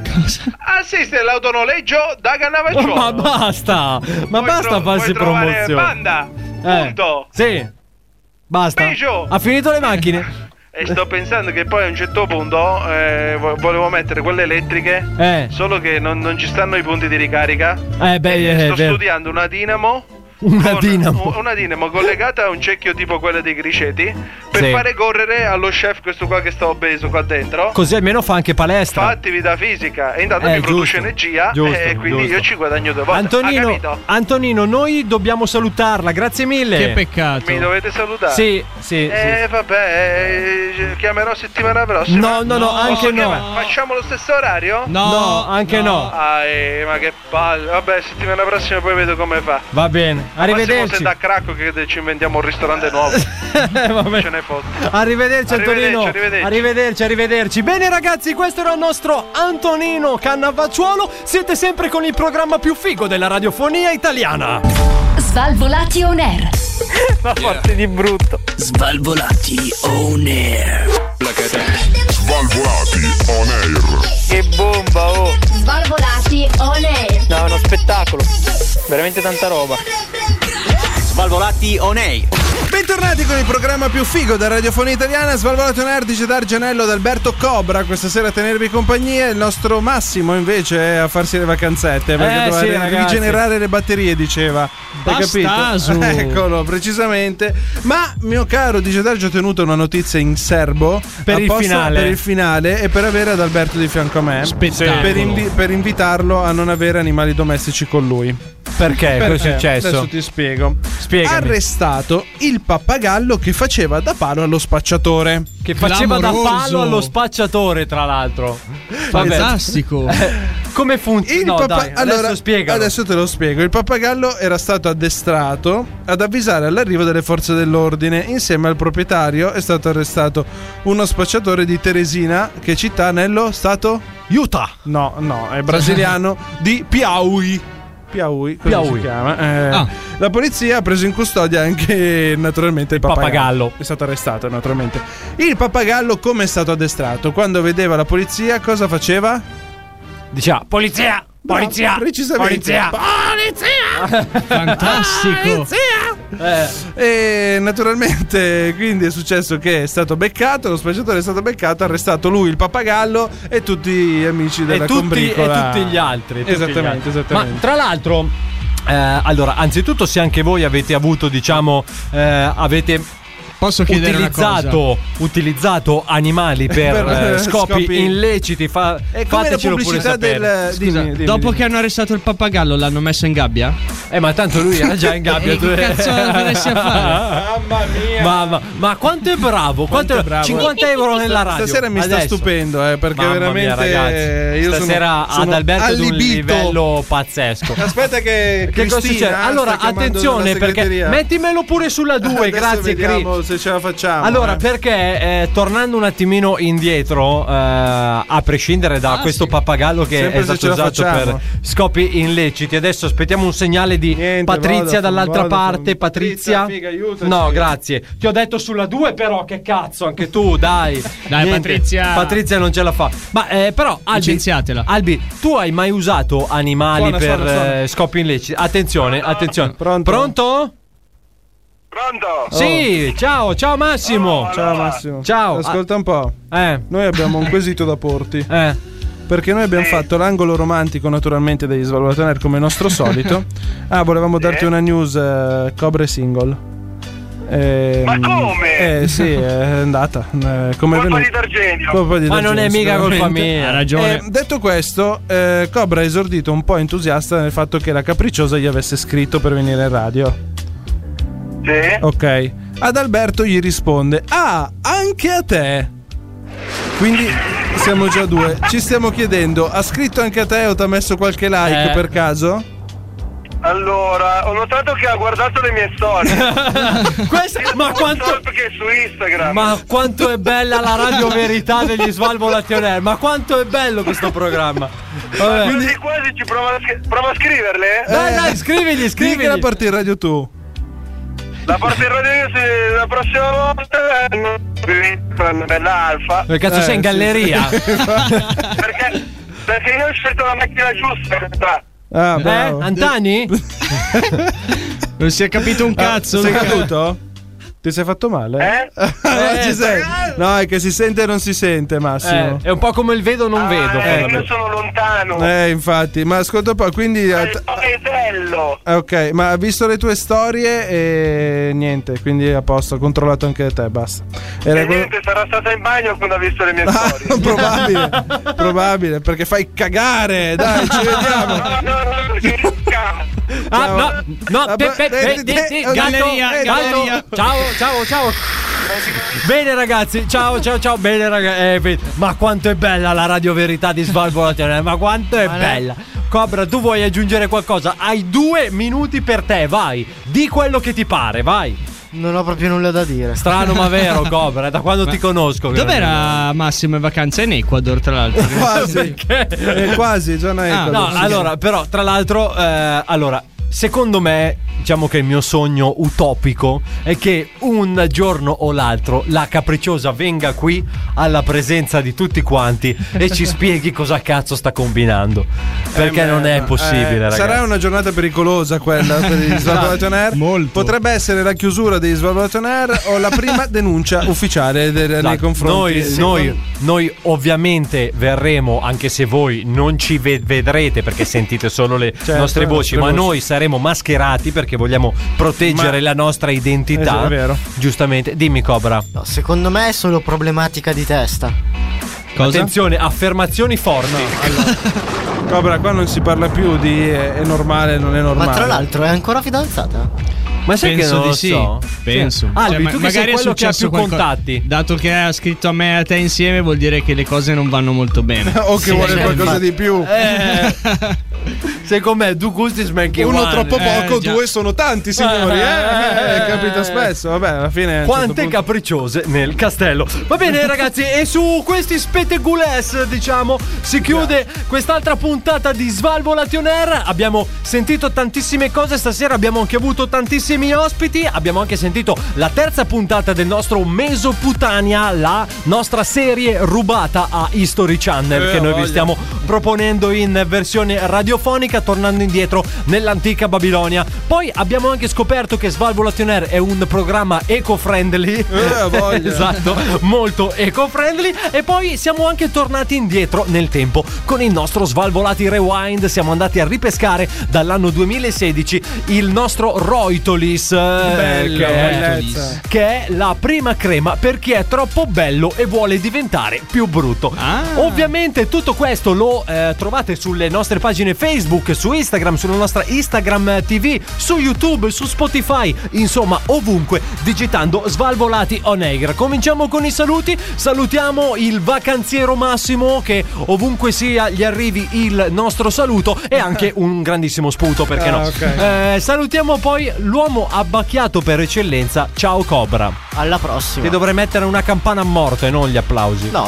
Speaker 21: Ah, Assiste all'autonoleggio da Cannavacciuolo.
Speaker 9: Ma basta! Ma basta farsi
Speaker 21: Trovare
Speaker 9: promozione.
Speaker 21: Panda.
Speaker 9: Eh,
Speaker 21: Punto.
Speaker 9: Sì. Basta.
Speaker 21: Peugeot.
Speaker 9: Ha finito le macchine?
Speaker 21: E sto pensando che poi a un certo punto eh, vo- volevo mettere quelle elettriche,
Speaker 9: Eh.
Speaker 21: solo che non, non ci stanno i punti di ricarica.
Speaker 9: Eh, beh, eh,
Speaker 21: Sto
Speaker 9: è vero.
Speaker 21: studiando una dinamo.
Speaker 9: Una
Speaker 21: con-
Speaker 9: dinamo.
Speaker 21: u- Una dinamo collegata a un cerchio tipo quello dei griceti per
Speaker 9: Sì.
Speaker 21: fare correre allo chef questo qua che sta obeso qua dentro.
Speaker 9: Così almeno fa anche
Speaker 21: Fa
Speaker 9: palestra.
Speaker 21: attività fisica e intanto
Speaker 9: Eh,
Speaker 21: mi produce
Speaker 9: giusto.
Speaker 21: energia
Speaker 9: Giusto,
Speaker 21: e quindi
Speaker 9: giusto.
Speaker 21: io ci guadagno due volte. Ha
Speaker 9: Antonino,
Speaker 21: capito?
Speaker 9: Antonino, noi dobbiamo salutarla, grazie mille.
Speaker 21: Che peccato. Mi dovete salutare.
Speaker 9: Sì, sì,
Speaker 21: Eh,
Speaker 9: sì.
Speaker 21: vabbè, eh, chiamerò settimana prossima.
Speaker 9: No, no, no, anche
Speaker 21: Posso
Speaker 9: no.
Speaker 21: chiamare? Facciamo lo stesso orario?
Speaker 9: No, No, anche no. no.
Speaker 21: Ah, eh, ma che palle. Vabbè, settimana prossima poi vedo come fa.
Speaker 9: Va bene,
Speaker 21: Massimo se
Speaker 9: arrivederci.
Speaker 21: da cracco che de- ci inventiamo un ristorante nuovo. Ce ne fotte.
Speaker 9: Arrivederci Antonino.
Speaker 21: Arrivederci, arrivederci.
Speaker 9: arrivederci, arrivederci. Bene ragazzi, questo era il nostro Antonino Cannavacciuolo. Siete sempre con il programma più figo della radiofonia italiana.
Speaker 6: Svalvolati on air.
Speaker 9: Ma forte di brutto.
Speaker 2: Svalvolati on air.
Speaker 1: Svalvolati on air.
Speaker 2: Che bomba, oh!
Speaker 6: Svalvolati on air.
Speaker 2: No, è uno spettacolo. Veramente tanta roba.
Speaker 8: Svalvolati on air. Bentornati con il programma più figo della radiofonia italiana, Svalvolato on air, dice D'Argenello d'Alberto Cobra, questa sera a tenervi compagnia, il nostro Massimo invece è a farsi le vacanzette, perché
Speaker 9: Eh,
Speaker 8: doveva
Speaker 9: sì,
Speaker 8: ri-
Speaker 9: ragazzi.
Speaker 8: rigenerare le batterie, diceva.
Speaker 9: Bastaso.
Speaker 8: Hai capito? Eccolo, precisamente. Ma mio caro dice D'Argio ho tenuto una notizia in serbo
Speaker 9: Per il
Speaker 8: apposta
Speaker 9: finale.
Speaker 8: per il finale e per avere ad Alberto di fianco a me,
Speaker 9: Spettacolo.
Speaker 8: per, invi- per invitarlo a non avere animali domestici con lui.
Speaker 9: Perché? Cosa è
Speaker 8: Perché?
Speaker 9: successo?
Speaker 8: Adesso ti spiego.
Speaker 9: Spiegami.
Speaker 8: Arrestato il pappagallo che faceva da palo allo spacciatore.
Speaker 9: Che faceva da palo allo spacciatore, tra l'altro. Vabbè.
Speaker 8: Fantastico.
Speaker 9: Eh, Come funziona?
Speaker 8: Il
Speaker 9: No,
Speaker 8: pappa-
Speaker 9: dai, adesso spiegalo.
Speaker 8: adesso te lo spiego. Il pappagallo era stato addestrato ad avvisare all'arrivo delle forze dell'ordine. Insieme al proprietario è stato arrestato uno spacciatore di Teresina, che città nello stato Utah. No, no, è brasiliano di Piauí. Piauí, così
Speaker 9: Piauí.
Speaker 8: si chiama. Eh,
Speaker 9: Ah.
Speaker 8: La polizia ha preso in custodia anche naturalmente il
Speaker 9: pappagallo.
Speaker 8: pappagallo. È stato arrestato naturalmente. Il pappagallo come è stato addestrato? Quando vedeva la polizia cosa faceva?
Speaker 9: Diceva "Ah, polizia, polizia,
Speaker 8: No, Eh, precisamente. Ah!
Speaker 9: polizia.
Speaker 8: Fantastico.
Speaker 9: Eh.
Speaker 8: E naturalmente, quindi è successo che è stato beccato. Lo spacciatore è stato beccato, ha arrestato lui, il pappagallo e tutti gli amici della
Speaker 9: e, tutti, e
Speaker 8: combricola.
Speaker 9: tutti gli altri. tutti gli
Speaker 8: Esattamente,
Speaker 9: altri.
Speaker 8: esattamente.
Speaker 9: Ma tra l'altro, eh, allora, anzitutto, se anche voi avete avuto, diciamo, eh, avete.
Speaker 16: chiedere una
Speaker 9: utilizzato,
Speaker 16: cosa?
Speaker 9: utilizzato animali per,
Speaker 16: Per,
Speaker 9: eh, scopi,
Speaker 16: scopi-
Speaker 9: illeciti, fa,
Speaker 16: E
Speaker 9: fatecelo pure sapere.
Speaker 8: eh,
Speaker 16: Scusa, dopo che hanno arrestato il pappagallo l'hanno messo in gabbia?
Speaker 9: Eh, ma tanto lui era già in gabbia.
Speaker 16: che cazzo venessi a fare?
Speaker 9: Mamma mia. Mamma, ma quanto è bravo! Quanto è bravo. 50 euro nella radio.
Speaker 8: Stasera mi sta
Speaker 9: Adesso.
Speaker 8: stupendo, eh, perché
Speaker 9: Mamma mia,
Speaker 8: veramente
Speaker 9: ragazzi,
Speaker 8: eh, io
Speaker 9: stasera
Speaker 8: sono, sono
Speaker 9: ad Alberto è un
Speaker 8: allibito.
Speaker 9: livello pazzesco.
Speaker 8: Aspetta che,
Speaker 9: Che cosa succede? Allora, attenzione perché mettimelo pure sulla 2, grazie Cri.
Speaker 8: Vediamo se ce la facciamo.
Speaker 9: Allora,
Speaker 8: eh.
Speaker 9: perché eh, tornando un attimino indietro, eh, a prescindere
Speaker 16: Ah,
Speaker 9: da questo pappagallo che
Speaker 8: Sempre se
Speaker 9: è stato
Speaker 8: ce la
Speaker 9: usato
Speaker 8: facciamo.
Speaker 9: per scopi illeciti, adesso aspettiamo un segnale di
Speaker 8: vado,
Speaker 9: Patrizia dall'altra
Speaker 8: vado,
Speaker 9: parte. Patrizia,
Speaker 8: Patrizia, figa, aiutaci.
Speaker 9: no, grazie. Ti ho detto sulla 2, però, che cazzo, anche tu, dai.
Speaker 16: Dai,
Speaker 9: Niente.
Speaker 16: Patrizia.
Speaker 9: Patrizia non ce la fa. Ma eh, però, Albi, Albi, tu hai mai usato animali
Speaker 16: Suona,
Speaker 9: per
Speaker 16: suona, suona.
Speaker 9: eh, scopi illeciti? Attenzione, attenzione. Pronto? Pronto? Sì, ciao, ciao
Speaker 21: Oh,
Speaker 9: Massimo.
Speaker 8: Ciao Massimo.
Speaker 9: Ciao. Ah. Eh.
Speaker 8: Ascolta un po'. Noi abbiamo un quesito da porti. Perché noi abbiamo fatto l'angolo romantico naturalmente degli Svalvolator come nostro solito. ah, volevamo darti una news eh, Cobre single. Ma come? Eh sì, è andata. Eh, come colpa di D'Argenio. Eh,
Speaker 9: Ma non è mica colpa mia. Ha ragione.
Speaker 8: detto questo, eh, Cobra è esordito un po' entusiasta nel fatto che la capricciosa gli avesse scritto per venire in radio.
Speaker 24: Eh?
Speaker 8: Ok. Ad Alberto gli risponde: Ah, anche a te. Quindi Siamo già due. Ci stiamo chiedendo, ha scritto anche a te o ti ha messo qualche like
Speaker 21: Eh.
Speaker 8: per caso?
Speaker 21: Allora, ho notato che ha guardato le mie storie. ma quanto che su Instagram.
Speaker 9: Ma quanto è bella la radio verità degli Svalvo Air, ma quanto è bello questo programma. Vabbè.
Speaker 21: Quasi quasi ci prova a, scri- prova a scriverle. eh?
Speaker 9: Dai, dai, scrivigli,
Speaker 8: Scrivi che
Speaker 9: scrivigli.
Speaker 8: la parti in radio tu.
Speaker 21: La parte in radio se la prossima volta eh, non bell'alfa.
Speaker 9: Che cazzo sei in galleria?
Speaker 21: perché, perché io ho scelto la macchina giusta. in realtà.
Speaker 8: Ah,
Speaker 21: bravo.
Speaker 9: Eh, Antani?
Speaker 16: non si è capito un cazzo.
Speaker 8: Ah, sei
Speaker 16: Luca.
Speaker 8: caduto? Ti sei fatto male?
Speaker 21: Eh?
Speaker 9: Ah,
Speaker 8: Ci sei. No, è che si sente e non si sente, Massimo.
Speaker 9: Eh, è un po' come il vedo non vedo.
Speaker 8: eh,
Speaker 9: vabbè.
Speaker 8: io
Speaker 21: Ah, Sono lontano. Eh,
Speaker 8: Eh, infatti, ma ascolta un po', quindi...
Speaker 21: Che bello.
Speaker 8: Ah, Ok, ma ha visto le tue storie e niente, quindi a posto, ho controllato anche te, basta. Era
Speaker 21: E
Speaker 8: quello-
Speaker 21: niente, sarà stata in bagno quando ha visto le
Speaker 9: Ah,
Speaker 21: mie storie.
Speaker 8: probabile, probabile, perché fai cagare, dai, ci vediamo. Ciao.
Speaker 9: Ah, no, no,
Speaker 8: Ah,
Speaker 9: pe-
Speaker 8: beh,
Speaker 9: pe-
Speaker 8: eh,
Speaker 9: pe- di- di-
Speaker 8: eh,
Speaker 9: galleria,
Speaker 8: eh,
Speaker 9: galleria.
Speaker 8: galleria.
Speaker 9: Ciao, ciao, ciao. Bene ragazzi, ciao ciao ciao, bene ragazzi. ma quanto è bella la radio verità di Svalvolazione, ma quanto è bella. Cobra, tu vuoi aggiungere qualcosa? Hai due minuti per te, vai. Di quello che ti pare, vai.
Speaker 10: Non ho proprio nulla da dire.
Speaker 9: Strano ma vero, Cobra, da quando ti conosco. che
Speaker 16: Dov'era Massimo in vacanza? In Ecuador, tra l'altro.
Speaker 9: Ah,
Speaker 8: Quasi,
Speaker 9: Perché?
Speaker 8: Eh, quasi, già ne
Speaker 9: Ah, no, allora, però, tra l'altro, eh, allora, secondo me, diciamo che il mio sogno utopico è che un giorno o l'altro la capricciosa venga qui alla presenza di tutti quanti e ci spieghi cosa cazzo sta combinando. Perché non è possibile, ragazzi.
Speaker 8: Eh, Sarà una giornata pericolosa quella per gli Svalvolato Air. Potrebbe essere la chiusura degli Svalvolato Air o la prima denuncia ufficiale de- nei
Speaker 9: Esatto.
Speaker 8: confronti.
Speaker 9: Noi, noi- noi ovviamente verremo, anche se voi non ci ve- vedrete perché sentite solo le
Speaker 8: Certo,
Speaker 9: nostre voci,
Speaker 8: le nostre
Speaker 9: ma
Speaker 8: voci.
Speaker 9: noi saremo mascherati perché vogliamo proteggere
Speaker 10: Ma-
Speaker 9: la nostra identità.
Speaker 10: Esatto, è vero.
Speaker 9: Giustamente, dimmi Cobra.
Speaker 10: Secondo me è solo problematica di testa.
Speaker 9: Attenzione, affermazioni forti.
Speaker 8: Cobra, qua non si parla più di è, è normale, non è normale.
Speaker 10: Ma tra l'altro è ancora fidanzata?
Speaker 9: Ma
Speaker 10: sai che non lo so?
Speaker 16: Penso.
Speaker 10: Sì.
Speaker 16: Cioè,
Speaker 10: Albi,
Speaker 16: ma-
Speaker 10: tu che
Speaker 16: magari
Speaker 10: sei
Speaker 16: è
Speaker 10: quello che ha
Speaker 16: successo
Speaker 10: più
Speaker 16: qualcosa.
Speaker 10: contatti.
Speaker 16: Dato che ha scritto a me e a te insieme, vuol dire che le cose non vanno molto bene.
Speaker 8: o che
Speaker 16: Sì,
Speaker 8: vuole
Speaker 16: cioè,
Speaker 8: qualcosa
Speaker 16: infatti.
Speaker 8: di più.
Speaker 9: Eh. Secondo me, due gusti smanchi
Speaker 8: Uno
Speaker 9: uguali.
Speaker 8: troppo
Speaker 9: Eh,
Speaker 8: poco,
Speaker 9: già.
Speaker 8: due sono tanti, signori. Eh,
Speaker 9: Eh.
Speaker 8: eh, capita spesso. Vabbè, alla fine. a un
Speaker 9: Quante
Speaker 8: certo punto-
Speaker 9: capricciose nel castello. Va bene, ragazzi, e su questi spettegules, diciamo, si chiude quest'altra puntata di Svalvolation Air. Abbiamo sentito tantissime cose stasera, abbiamo anche avuto tantissimi ospiti. Abbiamo anche sentito la terza puntata del nostro Mesoputania, la nostra serie rubata a History Channel,
Speaker 16: Eh,
Speaker 9: che noi
Speaker 16: voglia.
Speaker 9: vi stiamo proponendo in versione radiofonica tornando indietro nell'antica Babilonia. Poi abbiamo anche scoperto che Svalvolation Air è un programma eco-friendly.
Speaker 8: Eh, voglia.
Speaker 9: esatto, molto eco-friendly. E poi siamo anche tornati indietro nel tempo con il nostro Svalvolati Rewind. Siamo andati a ripescare dall'anno 2016 il nostro Roitolis. eh,
Speaker 8: Bello,
Speaker 9: che è-
Speaker 8: bellezza.
Speaker 9: Eh. che è la prima crema per chi è troppo bello e vuole diventare più brutto.
Speaker 10: Ah.
Speaker 9: Ovviamente tutto questo lo eh, trovate sulle nostre pagine Facebook, su Instagram, sulla nostra Instagram TV, su YouTube, su Spotify, insomma ovunque digitando Svalvolati on Air. Cominciamo con i saluti, salutiamo il vacanziero Massimo che ovunque sia gli arrivi il nostro saluto e anche un grandissimo sputo perché no.
Speaker 10: Ah, ok.
Speaker 9: Eh, salutiamo poi l'uomo abbacchiato per eccellenza, ciao Cobra.
Speaker 10: Alla prossima.
Speaker 9: Ti dovrei mettere una campana a morte, non gli applausi.
Speaker 10: No,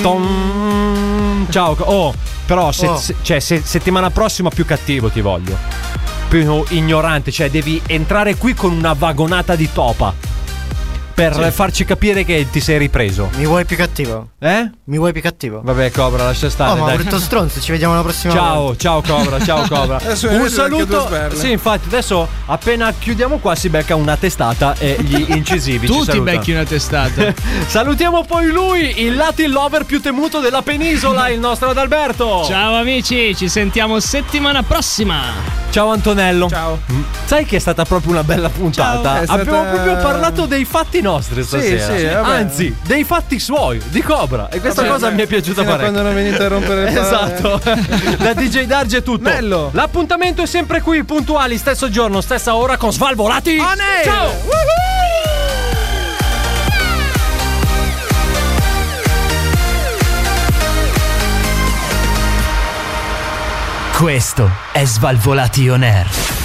Speaker 9: Tom. Tom. Ciao. Co- Oh, però se-
Speaker 10: Oh.
Speaker 9: se- cioè, se- settimana prossima più cattivo ti voglio. Più ignorante, cioè devi entrare qui con una vagonata di topa. Per
Speaker 10: Sì.
Speaker 9: farci capire che ti sei ripreso.
Speaker 10: Mi vuoi più cattivo?
Speaker 9: Eh?
Speaker 10: Mi vuoi più cattivo?
Speaker 9: Vabbè, Cobra, lascia stare.
Speaker 10: Oh, ma
Speaker 9: dai.
Speaker 10: brutto stronzo, ci vediamo la prossima
Speaker 9: Ciao,
Speaker 10: volta.
Speaker 9: ciao Cobra, ciao Cobra.
Speaker 10: Adesso
Speaker 9: Un
Speaker 10: vedete anche due
Speaker 9: saluto.
Speaker 10: sberle.
Speaker 9: Sì, infatti, adesso appena chiudiamo qua si becca una testata e gli incisivi.
Speaker 16: Tu
Speaker 9: ci
Speaker 16: ti
Speaker 9: salutano.
Speaker 16: becchi una testata.
Speaker 9: Salutiamo poi lui, il Latin lover più temuto della penisola, il nostro Adalberto.
Speaker 16: Ciao amici, ci sentiamo settimana prossima.
Speaker 9: Ciao Antonello. Ciao. Sai che è stata proprio una bella puntata.
Speaker 16: Ciao. È stata-
Speaker 9: Abbiamo proprio parlato dei fatti nostri
Speaker 8: Sì,
Speaker 9: stasera.
Speaker 8: sì, eh, vabbè.
Speaker 9: Anzi, dei fatti suoi, di Cobra. E questa
Speaker 8: Vabbè,
Speaker 9: cosa
Speaker 8: vabbè.
Speaker 9: mi è piaciuta
Speaker 8: Fino a
Speaker 9: parecchio.
Speaker 8: quando non venite a rompere le palle.
Speaker 9: Esatto. da DJ Darge è tutto. L'appuntamento è sempre qui, puntuali, stesso giorno, stessa ora con Svalvolati. Ciao. Questo è Svalvolation Air.